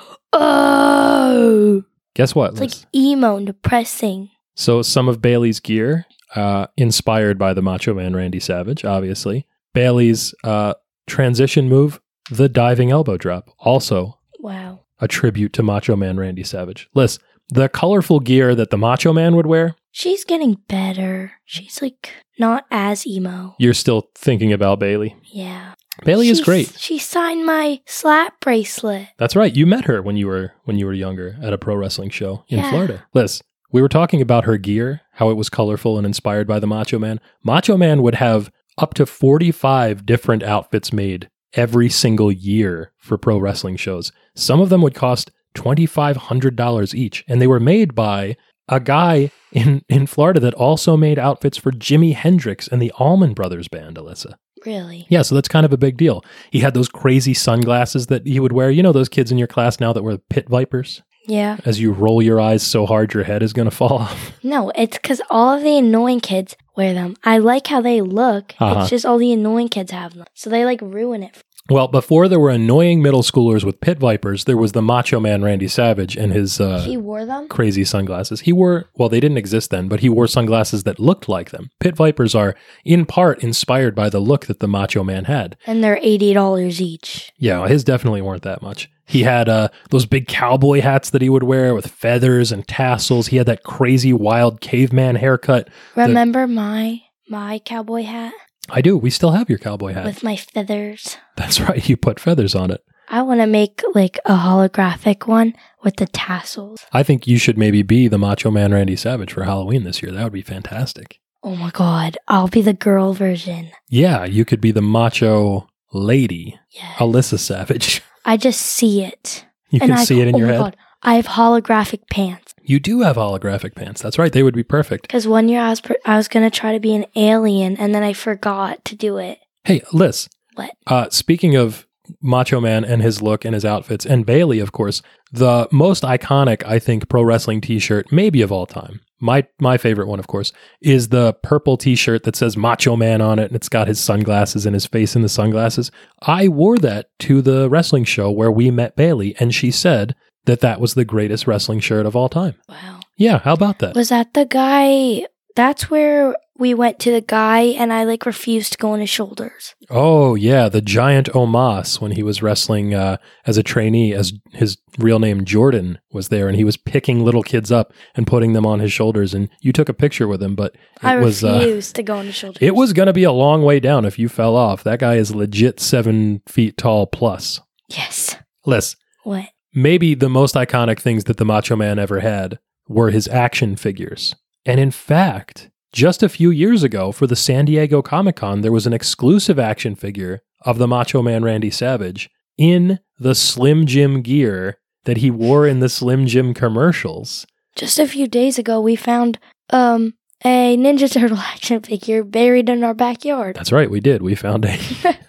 B: oh
A: guess what?
B: it's
A: Liz?
B: like emo and depressing.
A: So some of Bailey's gear, uh, inspired by the Macho Man Randy Savage, obviously. Bailey's uh, transition move, the diving elbow drop, also
B: Wow.
A: a tribute to Macho Man Randy Savage. List the colorful gear that the Macho Man would wear.
B: She's getting better. She's like not as emo.
A: You're still thinking about Bailey.
B: Yeah.
A: Bailey is
B: She's-
A: great.
B: She signed my slap bracelet.
A: That's right. You met her when you were when you were younger at a pro wrestling show in
B: Yeah.
A: Florida. Liz, we were talking about her gear, how it was colorful and inspired by the Macho Man. Macho Man would have up to 45 different outfits made every single year for pro wrestling shows. Some of them would cost $2,500 each. And they were made by a guy in, in Florida that also made outfits for Jimi Hendrix and the Allman Brothers Band, Alyssa.
B: Really?
A: Yeah, so that's kind of a big deal. He had those crazy sunglasses that he would wear. You know those kids in your class now that wear pit vipers?
B: Yeah.
A: As you roll your eyes so hard, your head is going to fall off.
B: No, it's because all of the annoying kids wear them. I like how they look.
A: Uh-huh.
B: It's just all the annoying kids have them. So they like ruin it.
A: Well, before there were annoying middle schoolers with pit vipers, there was the macho man Randy Savage and his uh,
B: he wore them?
A: crazy sunglasses. He wore, well, they didn't exist then, but he wore sunglasses that looked like them. Pit vipers are in part inspired by the look that the macho man had.
B: And they're $80 each.
A: Yeah, his definitely weren't that much. He had uh, those big cowboy hats that he would wear with feathers and tassels. He had that crazy wild caveman haircut.
B: Remember my my cowboy hat
A: I do. We still have your cowboy hat.
B: with my feathers?
A: That's right. You put feathers on it.
B: I want to make like a holographic one with the tassels.
A: I think you should maybe be the Macho Man Randy Savage for Halloween this year. That would be fantastic.
B: Oh my god, I'll be the girl version.
A: Yeah, you could be the Macho Lady,
B: Yeah.
A: Alyssa Savage.
B: I just see it.
A: Oh. You can
B: I
A: see it in
B: oh
A: your
B: my
A: head.
B: God, I have holographic pants
A: You do have holographic pants. That's right. They would be perfect.
B: because one year I was pr- I was gonna try to be an alien and then I forgot to do it.
A: Hey, Liz,
B: What?
A: Uh, speaking of Macho Man and his look and his outfits, and Bailey, of course, the most iconic, I think, pro wrestling T-shirt maybe of all time. My my favorite one, of course, is the purple T-shirt that says Macho Man on it, and it's got his sunglasses and his face in the sunglasses. I wore that to the wrestling show where we met Bailey, and she said that that was the greatest wrestling shirt of all time.
B: Wow.
A: Yeah, how about that?
B: Was that the guy? That's where we went to the guy and I like refused to go on his shoulders.
A: Oh yeah, the giant Omas when he was wrestling uh, as a trainee, as his real name Jordan was there, and he was picking little kids up and putting them on his shoulders. And you took a picture with him, but it
B: I
A: was uh,
B: refused to go on his shoulders.
A: it was gonna be a long way down if you fell off. That guy is legit seven feet tall plus.
B: yes.
A: Liz,
B: What?
A: maybe the most iconic things that the Macho Man ever had were his action figures. And in fact, just a few years ago for the San Diego Comic Con, there was an exclusive action figure of the Macho Man Randy Savage in the Slim Jim gear that he wore in the Slim Jim commercials.
B: Just a few days ago, we found um a Ninja Turtle action figure buried in our backyard.
A: That's right, we did. We found a,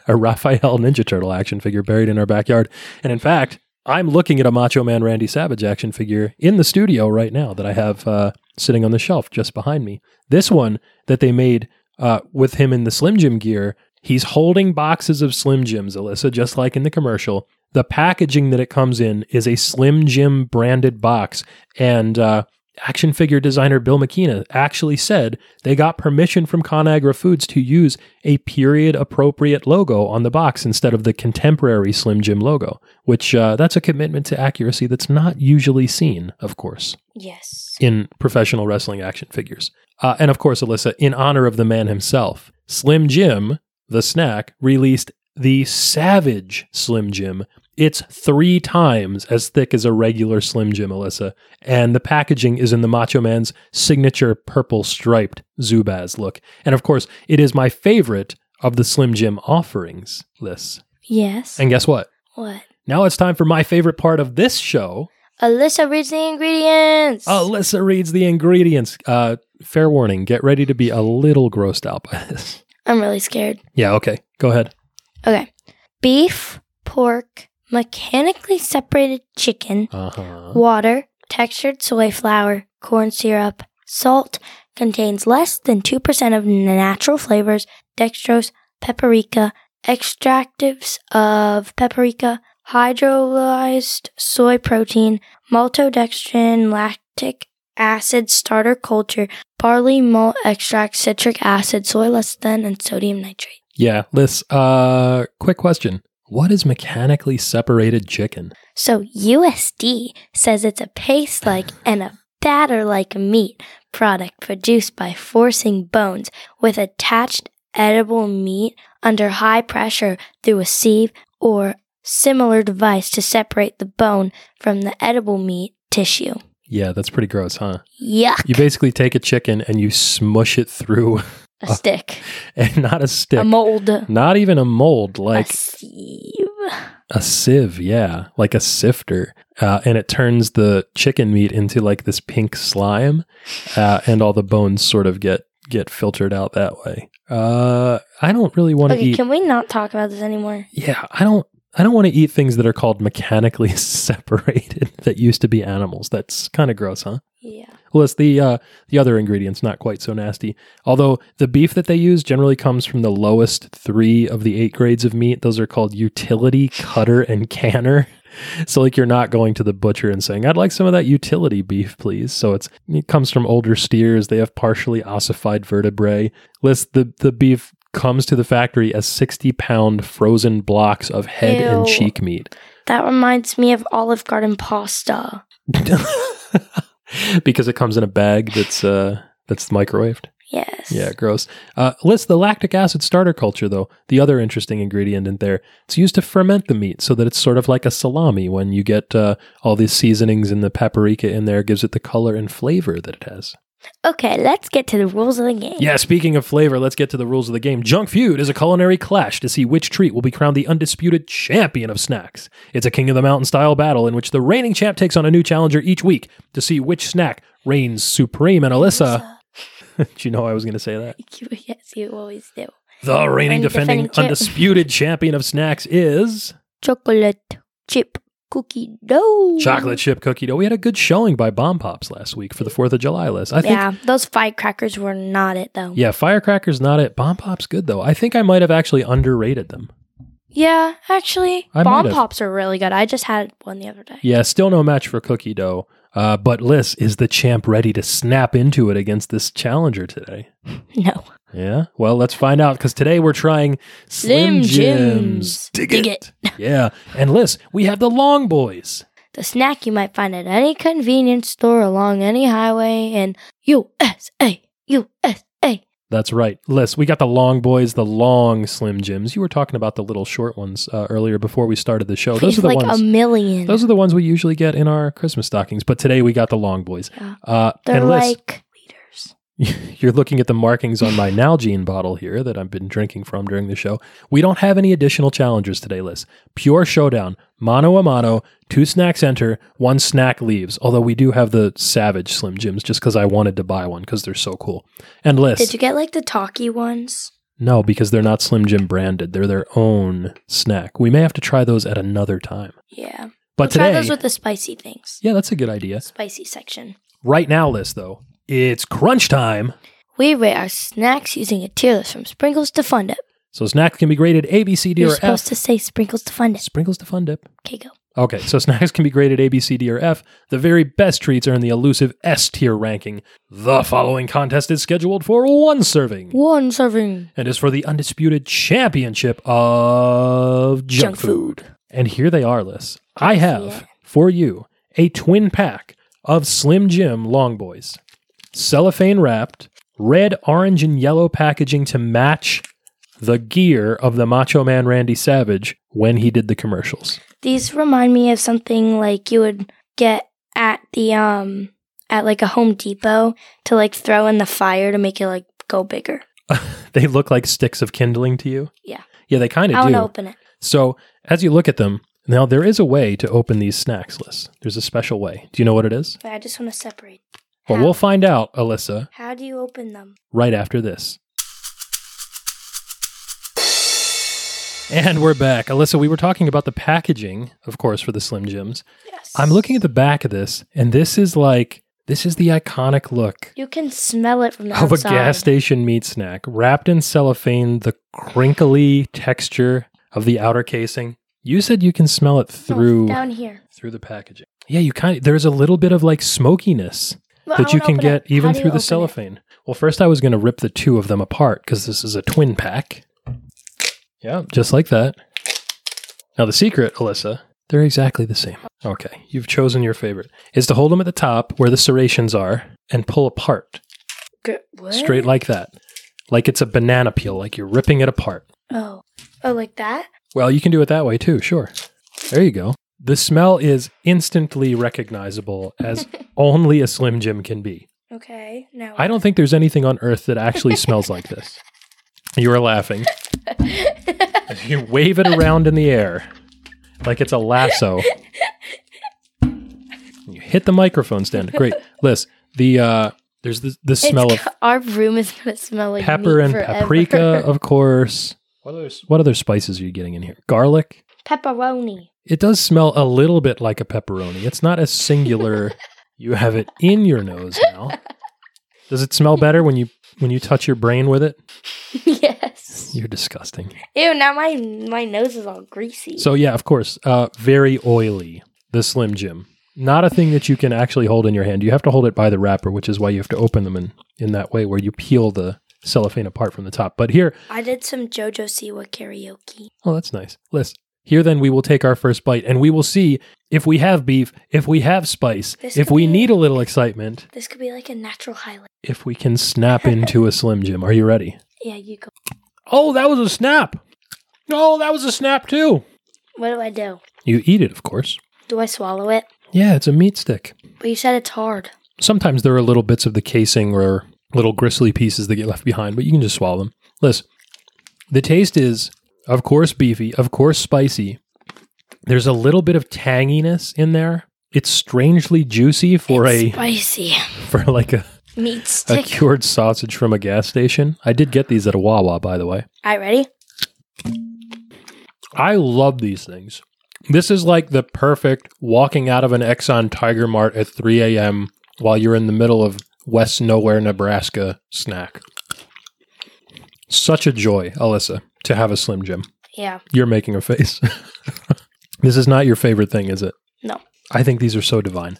A: a Raphael Ninja Turtle action figure buried in our backyard. And in fact, I'm looking at a Macho Man Randy Savage action figure in the studio right now that I have uh, sitting on the shelf just behind me. This one that they made uh, with him in the Slim Jim gear, he's holding boxes of Slim Jims, Alyssa, just like in the commercial. The packaging that it comes in is a Slim Jim branded box. And uh, action figure designer Bill McKenna actually said they got permission from ConAgra Foods to use a period appropriate logo on the box instead of the contemporary Slim Jim logo, which uh, that's a commitment to accuracy that's not usually seen, of course,
B: Yes.
A: in professional wrestling action figures. Uh, and of course, Alyssa, in honor of the man himself, Slim Jim, the snack, released the Savage Slim Jim. It's three times as thick as a regular Slim Jim, Alyssa. And the packaging is in the Macho Man's signature purple striped Zubaz look. And of course, it is my favorite of the Slim Jim offerings lists.
B: Yes.
A: And guess what?
B: what?
A: Now it's time for my favorite part of this show.
B: Alyssa reads the ingredients.
A: Uh, Alyssa reads the ingredients. Uh, fair warning, get ready to be a little grossed out by this.
B: I'm really scared.
A: Yeah, okay. Go ahead.
B: Okay. Beef, pork, mechanically separated chicken,
A: Uh-huh.
B: water, textured soy flour, corn syrup, salt, contains less than 2% of natural flavors, dextrose, paprika, extractives of paprika, hydrolyzed soy protein, maltodextrin, lactic acid starter culture, barley malt extract, citric acid, soy less than, and sodium nitrate.
A: Yeah, Liz, uh quick question. What is mechanically separated chicken?
B: So USD says it's a paste like and a batter like meat product produced by forcing bones with attached edible meat under high pressure through a sieve or similar device to separate the bone from the edible meat tissue.
A: Yeah, that's pretty gross, huh?
B: Yuck.
A: You basically take a chicken and you smush it through
B: a stick,
A: and not a stick,
B: a mold,
A: not even a mold,
B: a
A: like
B: sieve.
A: a sieve, yeah, like a sifter, uh, and it turns the chicken meat into like this pink slime, uh, and all the bones sort of get get filtered out that way. Uh, I don't really want to
B: Okay,
A: eat.
B: can we not talk about this anymore?
A: yeah, I don't. I don't want to eat things that are called mechanically separated that used to be animals. That's kind of gross, huh?
B: Yeah.
A: Well, it's the uh, the other ingredients not quite so nasty. Although the beef that they use generally comes from the lowest three of the eight grades of meat. Those are called utility, cutter, and canner. So like you're not going to the butcher and saying, "I'd like some of that utility beef, please." So it's it comes from older steers. They have partially ossified vertebrae. List the the beef comes to the factory as 60 pound frozen blocks of head and
B: Ew.
A: cheek meat.
B: That reminds me of Olive Garden pasta.
A: because it comes in a bag that's uh that's microwaved.
B: Yes.
A: Yeah, gross. Uh, list the lactic acid starter culture, though. The other interesting ingredient in there. It's used to ferment the meat so that it's sort of like a salami when you get uh, all these seasonings and the paprika in there gives it the color and flavor that it has.
B: Okay, let's get to the rules of the game.
A: Yeah, speaking of flavor, let's get to the rules of the game. Junk Feud is a culinary clash to see which treat will be crowned the undisputed champion of snacks. It's a King of the Mountain style battle in which the reigning champ takes on a new challenger each week to see which snack reigns supreme. And Alyssa, do you know I was going to say that?
B: You- yes, you always do.
A: The reigning
B: Reigning
A: defending,
B: defending champ.
A: undisputed champion of snacks is
B: Chocolate chip cookie dough.
A: chocolate chip cookie dough. We had a good showing by Bomb Pops last week for the 4th of July list. I think
B: yeah, those firecrackers were not it though.
A: yeah, firecrackers not it. Bomb Pops good though. I think I might have actually underrated them.
B: Yeah, actually,
A: I might
B: bomb
A: have.
B: pops are really good. I just had one the other day.
A: Yeah, still no match for cookie dough. Uh, but Liz is the champ ready to snap into it against this challenger today.
B: No.
A: Yeah. Well, let's find out because today we're trying Slim,
B: Slim
A: Jims.
B: Jims.
A: Dig,
B: Dig
A: it. yeah. And Liz, we have the Long Boys.
B: The snack you might find at any convenience store along any highway in USA. USA.
A: That's right. Liz, we got the Long Boys, the long Slim Jims. You were talking about the little short ones uh, earlier before we started the show. Those are the
B: like
A: ones.
B: a million.
A: those are the ones we usually get in our Christmas stockings, but today we got the long boys.
B: Yeah.
A: Uh,
B: They're
A: and Liz,
B: like leaders.
A: You're looking at the markings on my Nalgene bottle here that I've been drinking from during the show. We don't have any additional challengers today, Liz. Pure showdown, mano a mano, two snacks enter, one snack leaves. Although we do have the Savage Slim Jims just because I wanted to buy one because they're so cool. And Liz,
B: Did you get like the talkie ones?
A: no, because they're not Slim Jim branded. They're their own snack. We may have to try those at another time.
B: Yeah.
A: But
B: We'll
A: today,
B: try those with the spicy things.
A: yeah, that's a good idea.
B: Spicy section.
A: Right now, Liz, though, it's crunch time.
B: We rate our snacks using a tier list from sprinkles to fun dip.
A: So snacks can be graded A, B, C, D,
B: You're
A: or F.
B: supposed to say sprinkles to fun dip.
A: Sprinkles to fun dip.
B: Okay, go.
A: Okay, so snacks can be graded A, B, C, D, or F. The very best treats are in the elusive S tier ranking. The following contest is scheduled for one serving
B: One serving.
A: and is for the undisputed championship of junk,
B: Junk
A: food.
B: food.
A: And here they are, Liz. I have
B: Yeah.
A: for you a twin pack of Slim Jim Long Boys, cellophane wrapped, red, orange, and yellow packaging to match the gear of the Macho Man Randy Savage when he did the commercials.
B: These remind me of something like you would get at the um at like a Home Depot to like throw in the fire to make it like go bigger.
A: they look like sticks of kindling to you?
B: Yeah.
A: Yeah, they kind
B: I
A: of do.
B: want to open it.
A: So as you look at them, now there is a way to open these snacks lists. There's a special way. Do you know what it is?
B: But I just want to separate.
A: Well,
B: How?
A: we'll find out, Alyssa,
B: How do you open them?
A: right after this. And we're back. Alyssa, we were talking about the packaging, of course, for the Slim Jims.
B: Yes.
A: I'm looking at the back of this, and this is like, this is the iconic look
B: You can smell it from the
A: of a
B: outside.
A: gas station meat snack wrapped in cellophane, the crinkly texture of the outer casing. You said you can smell it
B: No,
A: through
B: down here.
A: through the packaging. Yeah, you kind of, there's a little bit of like smokiness
B: Well, I
A: that you
B: wanna
A: can
B: open
A: get
B: it. How
A: even
B: do you
A: through the
B: open it?
A: cellophane. Well, first I was going to rip the two of them apart because this is a twin pack. Yeah, just like that. Now the secret, Alyssa, they're exactly the same. Okay, you've chosen your favorite. Is to hold them at the top where the serrations are and pull apart
B: Good- what?
A: straight like that, like it's a banana peel, like you're ripping it apart.
B: Oh, oh, like that.
A: Well, you can do it that way too, sure. There you go. The smell is instantly recognizable as only a Slim Jim can be.
B: Okay. No.
A: I don't think there's anything on earth that actually smells like this. You are laughing. You wave it around in the air like it's a lasso. You hit the microphone stand. Great. Liz, the uh there's this, this
B: It's
A: smell of
B: co- our room is gonna smell like
A: pepper
B: meat
A: and
B: forever.
A: paprika, of course. What other what other spices are you getting in here? Garlic.
B: pepperoni.
A: It does smell a little bit like a pepperoni. It's not as singular. you have it in your nose now. Does it smell better when you when you touch your brain with it?
B: yes.
A: You're disgusting.
B: Ew. Now my my nose is all greasy.
A: So yeah, of course, uh, very oily. The Slim Jim, not a thing that you can actually hold in your hand. You have to hold it by the wrapper, which is why you have to open them in in that way, where you peel the cellophane apart from the top. But here,
B: I did some JoJo Siwa karaoke.
A: oh, that's nice. Liz, here then we will take our first bite, and we will see if we have beef, if we have spice,
B: This
A: if
B: could
A: we
B: be-
A: need a little excitement,
B: This could be like a natural highlight.
A: if we can snap into a Slim Jim. Are you ready?
B: Yeah, you go.
A: Oh, that was a snap. Oh, that was a snap too.
B: What do I do?
A: You eat it, of course.
B: Do I swallow it?
A: Yeah, it's a meat stick.
B: But you said it's hard.
A: Sometimes there are little bits of the casing or little gristly pieces that get left behind, but you can just swallow them. Liz, the taste is, of course, beefy, of course, spicy. There's a little bit of tanginess in there. It's strangely juicy for a
B: spicy
A: for like a,
B: meat
A: a
B: stick.
A: cured sausage from a gas station. I did get these at a Wawa, by the way.
B: All right, ready?
A: I love these things. This is like the perfect walking out of an Exxon Tiger Mart at 3 a.m. while you're in the middle of West Nowhere, Nebraska snack. Such a joy, Alyssa, to have a Slim Jim.
B: Yeah.
A: You're making a face. this is not your favorite thing, is it?
B: No.
A: I think these are so divine.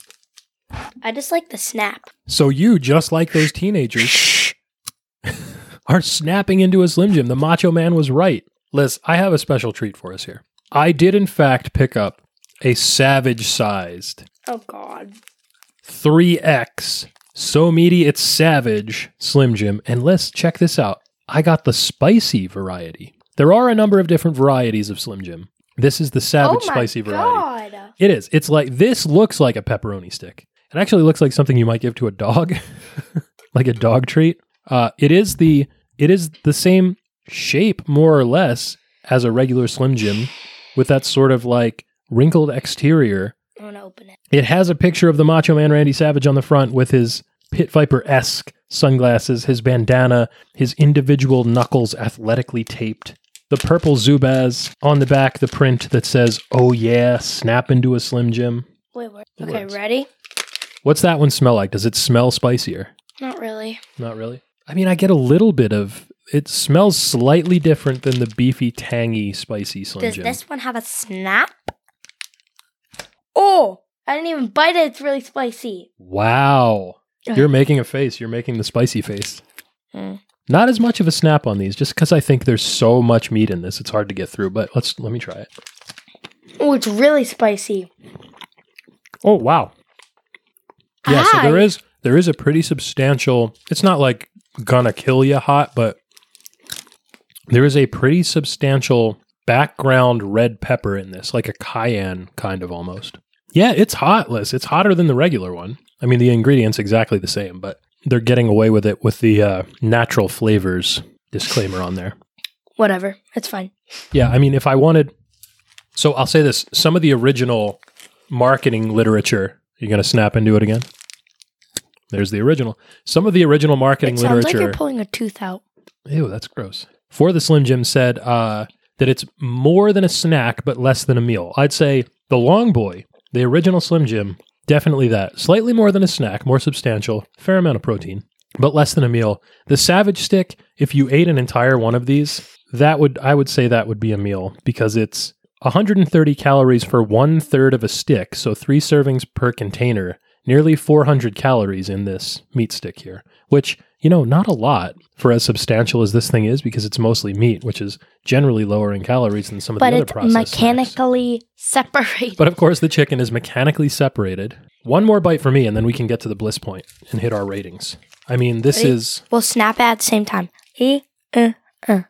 B: I just like the snap.
A: So you, just like those teenagers, are snapping into a Slim Jim. The Macho Man was right. Liz, I have a special treat for us here. I did, in fact, pick up a savage sized
B: Oh God.
A: 3X, so meaty it's savage Slim Jim. And Liz, check this out. I got the spicy variety. There are a number of different varieties of Slim Jim. This is the savage
B: oh my
A: spicy variety.
B: God.
A: It is. It's like this looks like a pepperoni stick. It actually looks like something you might give to a dog, like a dog treat. Uh, it is the it is the same shape more or less as a regular Slim Jim, with that sort of like wrinkled exterior.
B: I'm gonna open it.
A: It has a picture of the Macho Man Randy Savage on the front with his Pit Viper esque sunglasses, his bandana, his individual knuckles athletically taped, the purple Zubaz on the back, the print that says, Oh yeah, snap into a Slim Jim.
B: Wait, wait.
A: It
B: Okay,
A: works.
B: ready?
A: What's that one smell like? Does it smell spicier?
B: Not really.
A: Not really. I mean, I get a little bit of it smells slightly different than the beefy, tangy, spicy Slim
B: Does
A: Jim.
B: this one have a snap? Oh, I didn't even bite it. It's really spicy.
A: wow.
B: Ugh.
A: You're making a face. You're making the spicy face.
B: Mm.
A: Not as much of a snap on these, just because I think there's so much meat in this, it's hard to get through. But let's let me try it.
B: Oh, it's really spicy.
A: Oh wow! Yeah, so there
B: Hi.
A: is there is a pretty substantial. It's not like gonna kill you hot, but there is a pretty substantial background red pepper in this, like a cayenne kind of almost. Yeah, it's hot, Liz. It's hotter than the regular one. I mean, the ingredients exactly the same, but they're getting away with it with the uh, natural flavors disclaimer on there.
B: Whatever. It's fine.
A: Yeah, I mean, if I wanted, so I'll say this: some of the original marketing literature. You're going to snap into it again. There's the original. Some of the original marketing
B: It sounds like
A: literature.
B: you're pulling a tooth out.
A: ew, that's gross. For the Slim Jim said uh, that it's more than a snack, but less than a meal. I'd say the Long Boy, the original Slim Jim, definitely that. Slightly more than a snack, more substantial, fair amount of protein, but less than a meal. The Savage Stick, if you ate an entire one of these, that would I would say that would be a meal because it's 130 calories for one third of a stick, so three servings per container. Nearly 400 calories in this meat stick here, which you know not a lot for as substantial as this thing is because it's mostly meat, which is generally lower in calories than some of
B: But
A: the other
B: it's
A: processed snacks.
B: mechanically separated.
A: But of course, the chicken is mechanically separated. One more bite for me, and then we can get to the bliss point and hit our ratings. I mean, this
B: Ready?
A: is
B: We'll snap at the same time. E, uh, uh.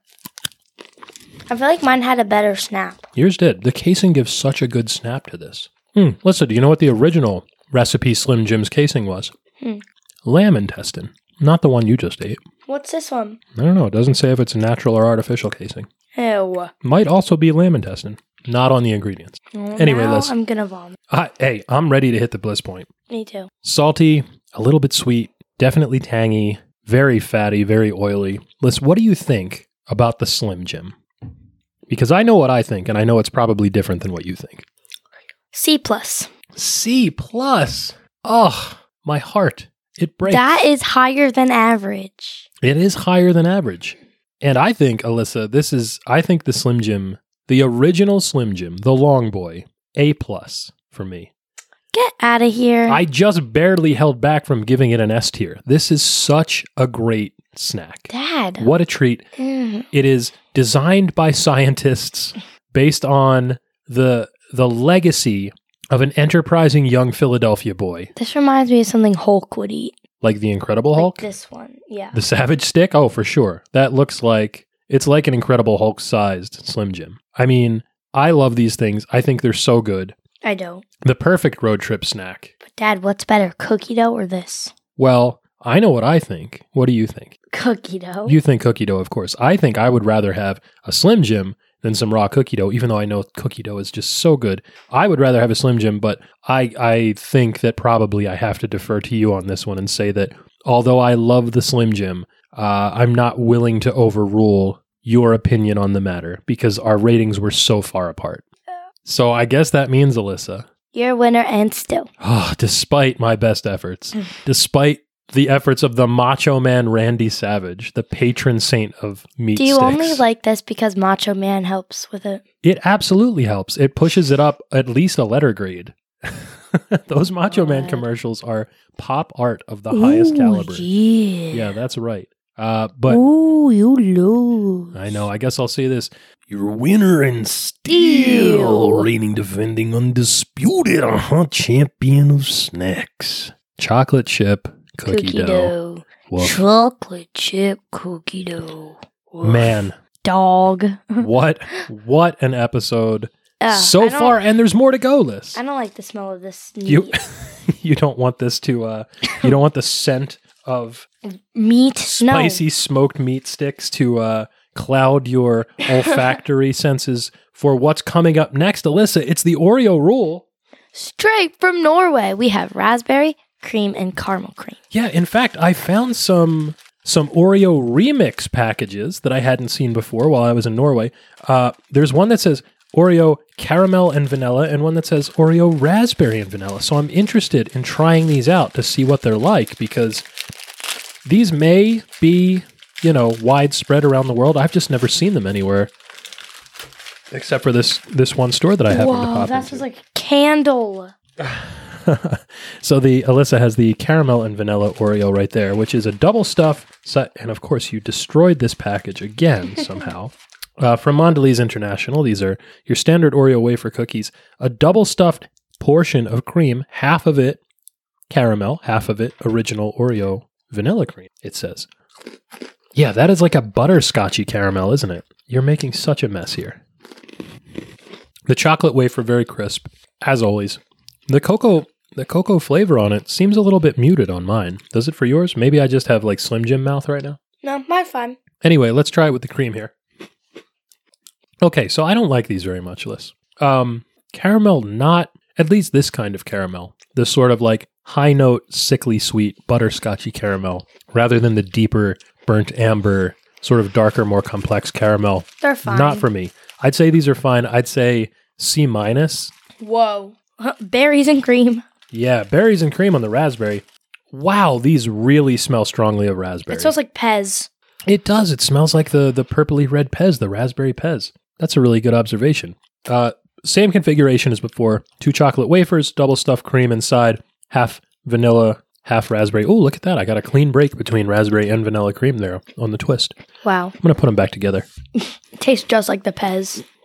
B: I feel like mine had a better snap.
A: yours did. The casing gives such a good snap to this. Hmm. Listen, do you know what the original recipe Slim Jim's casing was?
B: Hmm.
A: lamb intestine, not the one you just ate.
B: What's this one?
A: I don't know. It doesn't say if it's natural or artificial casing.
B: Ew.
A: Might also be lamb intestine, not on the ingredients. Anyway,
B: now
A: let's-
B: I'm gonna vomit.
A: I, hey, I'm ready to hit the bliss point.
B: Me too.
A: Salty, a little bit sweet, definitely tangy, very fatty, very oily. Liz, what do you think about the Slim Jim? Because I know what I think, and I know it's probably different than what you think.
B: C plus.
A: C plus. Ugh, my heart. It breaks.
B: That is higher than average.
A: It is higher than average. And I think, Alyssa, this is I think the Slim Jim, the original Slim Jim, the long boy, A plus for me.
B: Get out of here.
A: I just barely held back from giving it an S tier. This is such a great snack.
B: Dad.
A: What a treat.
B: Mm.
A: It is designed by scientists based on the the legacy of an enterprising young Philadelphia boy,
B: This reminds me of something Hulk would eat.
A: like the Incredible
B: Like
A: Hulk.
B: this one. Yeah.
A: The Savage Stick? Oh, for sure. That looks like it's like an Incredible Hulk sized Slim Jim. I mean, I love these things. I think they're so good.
B: I don't.
A: The perfect road trip snack.
B: But Dad, what's better, cookie dough or this?
A: Well, I know what I think. What do you think?
B: Cookie dough.
A: You think cookie dough, of course. I think I would rather have a Slim Jim than some raw cookie dough, even though I know cookie dough is just so good. I would rather have a Slim Jim, but I, I think that probably I have to defer to you on this one and say that although I love the Slim Jim, uh, I'm not willing to overrule your opinion on the matter because our ratings were so far apart. So I guess that means, Alyssa,
B: You're a winner and still.
A: Ah, despite my best efforts,
B: Mm.
A: despite the efforts of the macho man Randy Savage, the patron saint of meat
B: Do you
A: sticks,
B: only like this because Macho Man helps with it?
A: it absolutely helps. It pushes it up at least a letter grade. Those macho man
B: God.
A: commercials are pop art of the highest
B: Ooh,
A: caliber.
B: Yeah.
A: Yeah, that's right. Uh, but
B: Ooh, you lose.
A: I know. I guess I'll say this. Your winner and
B: Steel.
A: reigning, defending, undisputed, uh huh, champion of snacks. Chocolate chip cookie, dough. Woof.
B: Chocolate chip cookie dough. Woof.
A: Man,
B: Dog.
A: what what an episode
B: Ugh, Uh, I
A: so
B: don't-
A: far, and there's more to go. Liz,
B: I don't like the smell of this meat.
A: you you don't want this to uh you don't want the scent of
B: meat?
A: spicy smoked meat sticks to uh, cloud your olfactory senses for what's coming up next. Alyssa, it's the Oreo rule.
B: No. Straight from Norway, we have raspberry, cream, and caramel cream.
A: Yeah, in fact, I found some some Oreo remix packages that I hadn't seen before while I was in Norway. Uh, there's one that says Oreo caramel and vanilla, and one that says Oreo raspberry and vanilla. So I'm interested in trying these out to see what they're like because these may be, you know, widespread around the world. I've just never seen them anywhere except for this this one store that I happened to
B: Whoa,
A: pop
B: that
A: into.
B: was like a candle.
A: So the Alyssa has the caramel and vanilla Oreo right there, which is a double stuff. So, and of course, you destroyed this package again somehow. Uh, from Mondelez International, these are your standard Oreo wafer cookies. A double stuffed portion of cream, half of it caramel, half of it original Oreo vanilla cream. It says, "Yeah, that is like a butterscotchy caramel, isn't it? You're making such a mess here." The chocolate wafer very crisp, as always. The cocoa the cocoa flavor on it seems a little bit muted on mine. Does it for yours? Maybe I just have like Slim Jim mouth right now.
B: No, my fun.
A: Anyway, let's try it with the cream here. Okay, so I don't like these very much, Liz. Um, caramel, not at least this kind of caramel, the sort of like high note, sickly sweet, butterscotchy caramel, rather than the deeper, burnt amber, sort of darker, more complex caramel.
B: They're fine.
A: Not for me. I'd say these are fine. I'd say C minus.
B: Whoa. Berries and cream.
A: Yeah, berries and cream on the raspberry. Wow, these really smell strongly of raspberry.
B: It smells like Pez.
A: It does. It smells like the the purpley red Pez, the raspberry Pez. That's a really good observation. Uh, same configuration as before: two chocolate wafers, double stuffed cream inside, half vanilla, half raspberry. Oh, look at that! I got a clean break between raspberry and vanilla cream there on the twist.
B: Wow.
A: I'm gonna put them back together.
B: It tastes just like the Pez.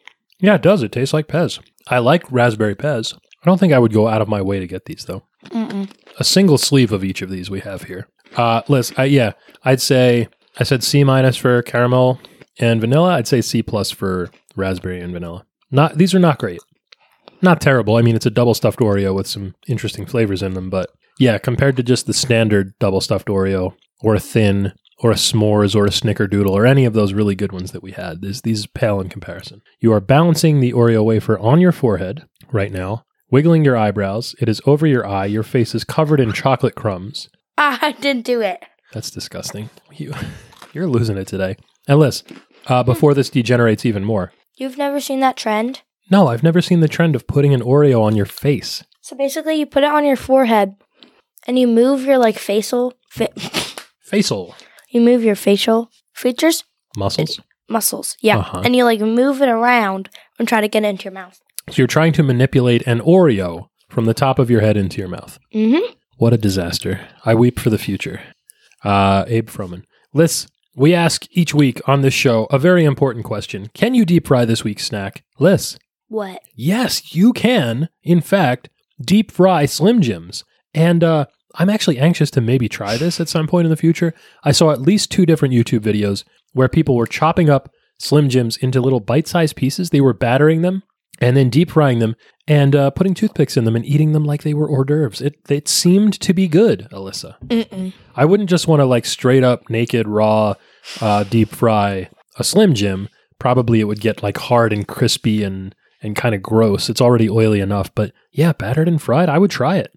A: Yeah, it does. It tastes like Pez. I like raspberry Pez. I don't think I would go out of my way to get these though.
B: Mm-mm.
A: a single sleeve of each of these we have here. Uh, Liz, I, yeah, I'd say I said C minus for caramel and vanilla. I'd say C plus for raspberry and vanilla. Not these are not great, not terrible. I mean, it's a double stuffed Oreo with some interesting flavors in them, but Yeah, compared to just the standard double stuffed Oreo or a thin or a s'mores or a snickerdoodle or any of those really good ones that we had. This, these pale in comparison. You are balancing the Oreo wafer on your forehead right now, wiggling your eyebrows. It is over your eye. Your face is covered in chocolate crumbs.
B: Ah, I didn't do it.
A: That's disgusting. You, you're losing it today. And Liz, uh, before this degenerates even more.
B: You've never seen that trend?
A: No, I've never seen the trend of putting an Oreo on your face.
B: So basically, you put it on your forehead and you move your like facial, fa-
A: Facial
B: you move your facial features,
A: muscles.
B: muscles, yeah,
A: Uh-huh.
B: and you like move it around and try to get it into your mouth.
A: So you're trying to manipulate an Oreo from the top of your head into your mouth.
B: Mm-hmm.
A: What a disaster. I weep for the future. Uh, Abe Froman. Liz, we ask each week on this show a very important question. Can you deep fry this week's snack? Liz,
B: What?
A: yes, you can, in fact, deep fry Slim Jims. And uh, I'm actually anxious to maybe try this at some point in the future. I saw at least two different YouTube videos where people were chopping up Slim Jims into little bite sized pieces. They were battering them and then deep frying them and uh, putting toothpicks in them and eating them like they were hors d'oeuvres. It, it seemed to be good, Alyssa.
B: Mm-mm.
A: I wouldn't just want to like straight up naked raw uh, deep fry a Slim Jim. Probably it would get like hard and crispy and and kind of gross. It's already oily enough, but yeah, battered and fried. I would try it.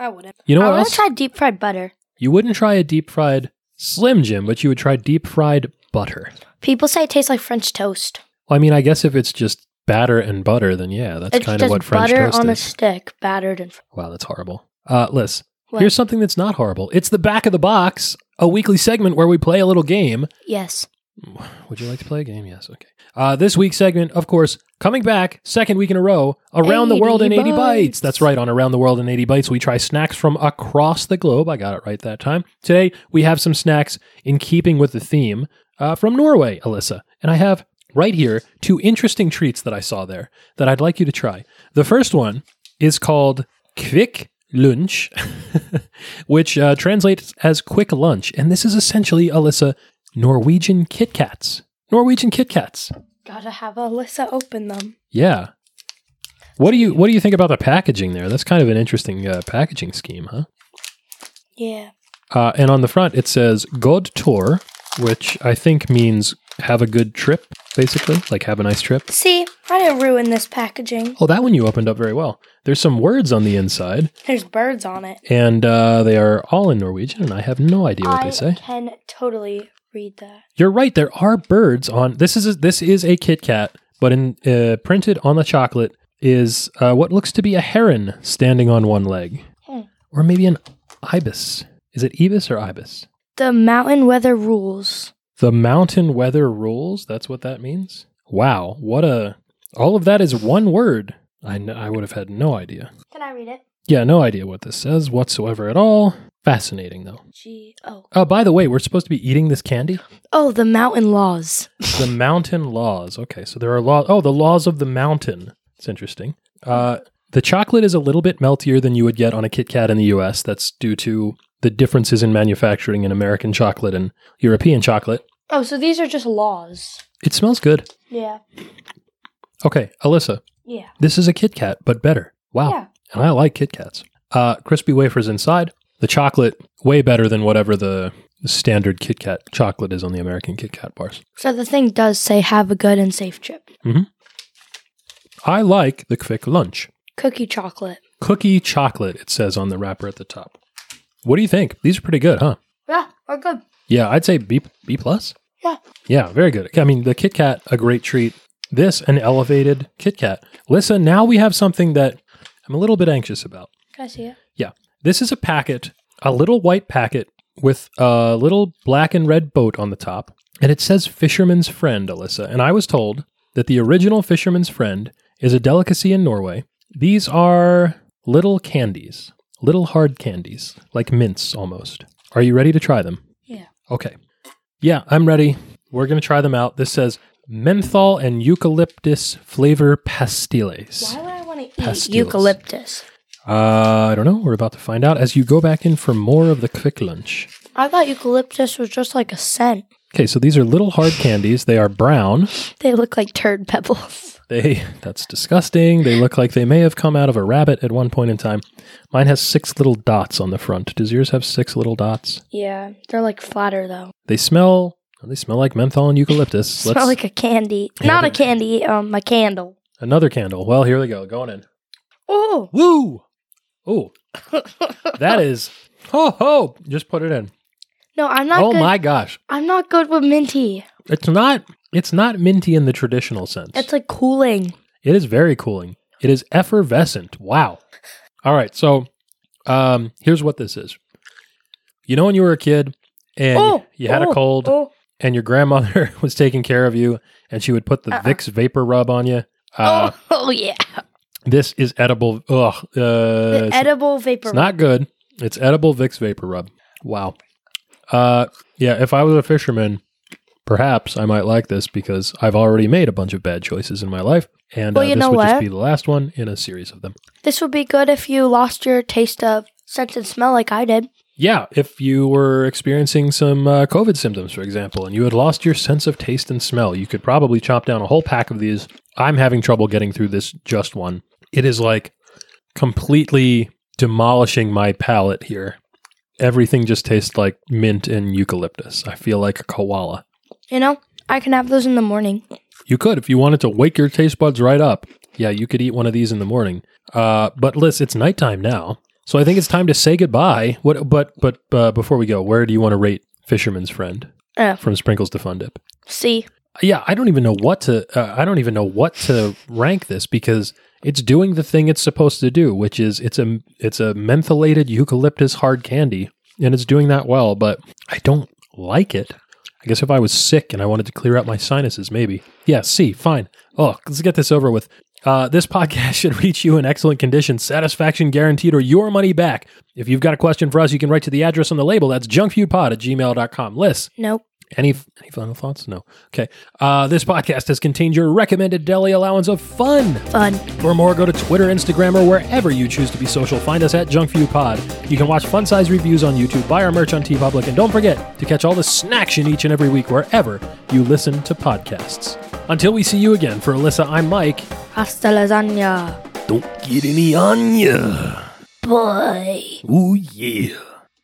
B: I wouldn't.
A: You know
B: I
A: what
B: want
A: else?
B: to try deep fried butter.
A: you wouldn't try a deep fried Slim Jim, but you would try deep fried butter.
B: People say it tastes like French toast.
A: Well, I mean, I guess if it's just batter and butter, then yeah, that's
B: it's
A: kind of
B: just
A: what French
B: butter
A: toast
B: on a
A: is.
B: stick, battered and. fr-
A: wow, that's horrible. Uh, Liz,
B: What?
A: here's something that's not horrible. It's the back of the box, a weekly segment where we play a little game
B: yes.
A: Would you like to play a game? Yes. Okay. Uh, this week's segment, of course, coming back second week in a row, around the
B: 80
A: world in eighty bites.
B: bites.
A: That's right. On around the world in eighty bites, we try snacks from across the globe. I got it right that time. Today we have some snacks in keeping with the theme uh, from Norway, Alyssa, and I have right here two interesting treats that I saw there that I'd like you to try. The first one is called Kvikk Lunch, which uh, translates as quick lunch, and this is essentially Alyssa Norwegian Kit Kats. Norwegian Kit Kats.
B: Gotta have Alyssa open them.
A: Yeah. What do you what do you think about the packaging there? That's kind of an interesting uh, packaging scheme, huh?
B: Yeah.
A: Uh, and on the front it says "God Tour," which I think means "have a good trip," basically, like have a nice trip.
B: See, I didn't ruin this packaging.
A: Oh, that one you opened up very well. There's some words on the inside,
B: There's birds on it.
A: and uh, they are all in Norwegian, and I have no idea what
B: I
A: they say.
B: can totally read that.
A: You're right. There are birds on this is a, this is a Kit Kat, but in uh, printed on the chocolate is uh, what looks to be a heron standing on one leg,
B: Hmm.
A: or maybe an ibis. Is it ibis or ibis?
B: The mountain weather rules.
A: The mountain weather rules. That's what that means. Wow, what a all of that is one word. I kn- I would have had no idea.
B: Can I read it?
A: Yeah, no idea what this says whatsoever at all. Fascinating though.
B: G O.
A: Oh, by the way, we're supposed to be eating this candy.
B: Oh, the mountain laws.
A: the mountain laws. Okay, so there are laws. Oh, the laws of the mountain. It's interesting. Uh, the chocolate is a little bit meltier than you would get on a Kit Kat in the U.S. That's due to the differences in manufacturing in American chocolate and European chocolate.
B: Oh, so these are just laws.
A: It smells good.
B: Yeah.
A: Okay, Alyssa,
B: Yeah.
A: this is a Kit Kat, but better. Wow,
B: Yeah.
A: and I like Kit Kats. Uh, crispy wafers inside. The chocolate way better than whatever the standard Kit Kat chocolate is on the American Kit Kat bars.
B: So the thing does say have a good and safe trip.
A: I like the quick lunch.
B: Cookie chocolate.
A: cookie chocolate, it says on the wrapper at the top. What do you think? These are pretty good, huh?
B: Yeah, we're good.
A: Yeah, I'd say B B plus.
B: Yeah.
A: Yeah, very good. I mean, the Kit Kat, a great treat. This, an elevated Kit Kat. Listen, now we have something that I'm a little bit anxious about.
B: Can I see it?
A: Yeah, this is a packet, a little white packet with a little black and red boat on the top, and it says Fisherman's Friend, Alyssa. And I was told that the original Fisherman's Friend is a delicacy in Norway. These are little candies, little hard candies, like mints almost. Are you ready to try them?
B: Yeah.
A: Okay. Yeah, I'm ready. We're going to try them out. This says menthol and eucalyptus flavor pastilles.
B: Why would I want to eat
A: Pastilles.
B: eucalyptus?
A: Uh, I don't know. We're about to find out as you go back in for more of the quick lunch.
B: I thought eucalyptus was just like a scent.
A: Okay, so these are little hard candies. They are brown.
B: They look like turd pebbles.
A: They that's disgusting. They look like they may have come out of a rabbit at one point in time. Mine has six little dots on the front. Does yours have six little dots?
B: Yeah, they're like flatter though.
A: They smell they smell like menthol and eucalyptus.
B: Smell like a candy.
A: Yeah,
B: Not a
A: they're-
B: candy. Um, a candle.
A: another candle. Well, here we go. Going in.
B: Oh.
A: Woo! Oh, that is ho ho. Just put it in.
B: no, I'm not.
A: oh
B: good.
A: my gosh.
B: I'm not good with minty.
A: It's not it's not minty in the traditional sense.
B: It's like cooling.
A: It is very cooling. It is effervescent. Wow. All right. So um here's what this is. You know when you were a kid and
B: Oh,
A: you had a
B: oh,
A: cold
B: Oh,
A: and your grandmother was taking care of you and she would put the
B: Uh-uh.
A: Vicks vapor rub on you? Uh,
B: oh, oh yeah.
A: This is edible. Ugh. Uh,
B: The
A: it's-
B: edible vapor.
A: it's not good. It's edible Vicks vapor rub. Wow. Uh yeah, if I was a fisherman, perhaps I might like this because I've already made a bunch of bad choices in my life and
B: Well,
A: uh,
B: you
A: this
B: know
A: would just
B: what?
A: be the last one in a series of them.
B: This would be good if you lost your taste of sense and smell like I did.
A: Yeah, if you were experiencing some uh, COVID symptoms, for example, and you had lost your sense of taste and smell, you could probably chop down a whole pack of these. I'm having trouble getting through this just one. It is like completely demolishing my palate here. Everything just tastes like mint and eucalyptus. I feel like a koala.
B: You know, I can have those in the morning.
A: You could, if you wanted to wake your taste buds right up. Yeah, you could eat one of these in the morning. Uh, but Liz, it's nighttime now, so I think it's time to say goodbye. What? But but uh, before we go, where do you want to rate Fisherman's Friend
B: Uh,
A: from Sprinkles to Fun Dip?
B: see,
A: Yeah, I don't even know what to. Uh, I don't even know what to rank this because it's doing the thing it's supposed to do, which is it's a it's a mentholated eucalyptus hard candy, and it's doing that well. But I don't like it. I guess if I was sick and I wanted to clear out my sinuses, maybe. Yeah, see, fine. Oh, let's get this over with. Uh, this podcast should reach you in excellent condition, satisfaction guaranteed, or your money back. If you've got a question for us, you can write to the address on the label. That's junkfoodpod at gmail.com. Liz,
B: nope.
A: any any final thoughts? No. Okay. Uh, this podcast has contained your recommended daily allowance of fun.
B: Fun.
A: For more, go to Twitter, Instagram, or wherever you choose to be social. Find us at JunkViewPod. You can watch fun size reviews on YouTube, buy our merch on TeePublic, and don't forget to catch all the snacks in each and every week wherever you listen to podcasts. Until we see you again, for Alyssa, I'm Mike.
B: Hasta lasagna.
A: Don't get any on ya.
B: Bye.
A: Ooh yeah.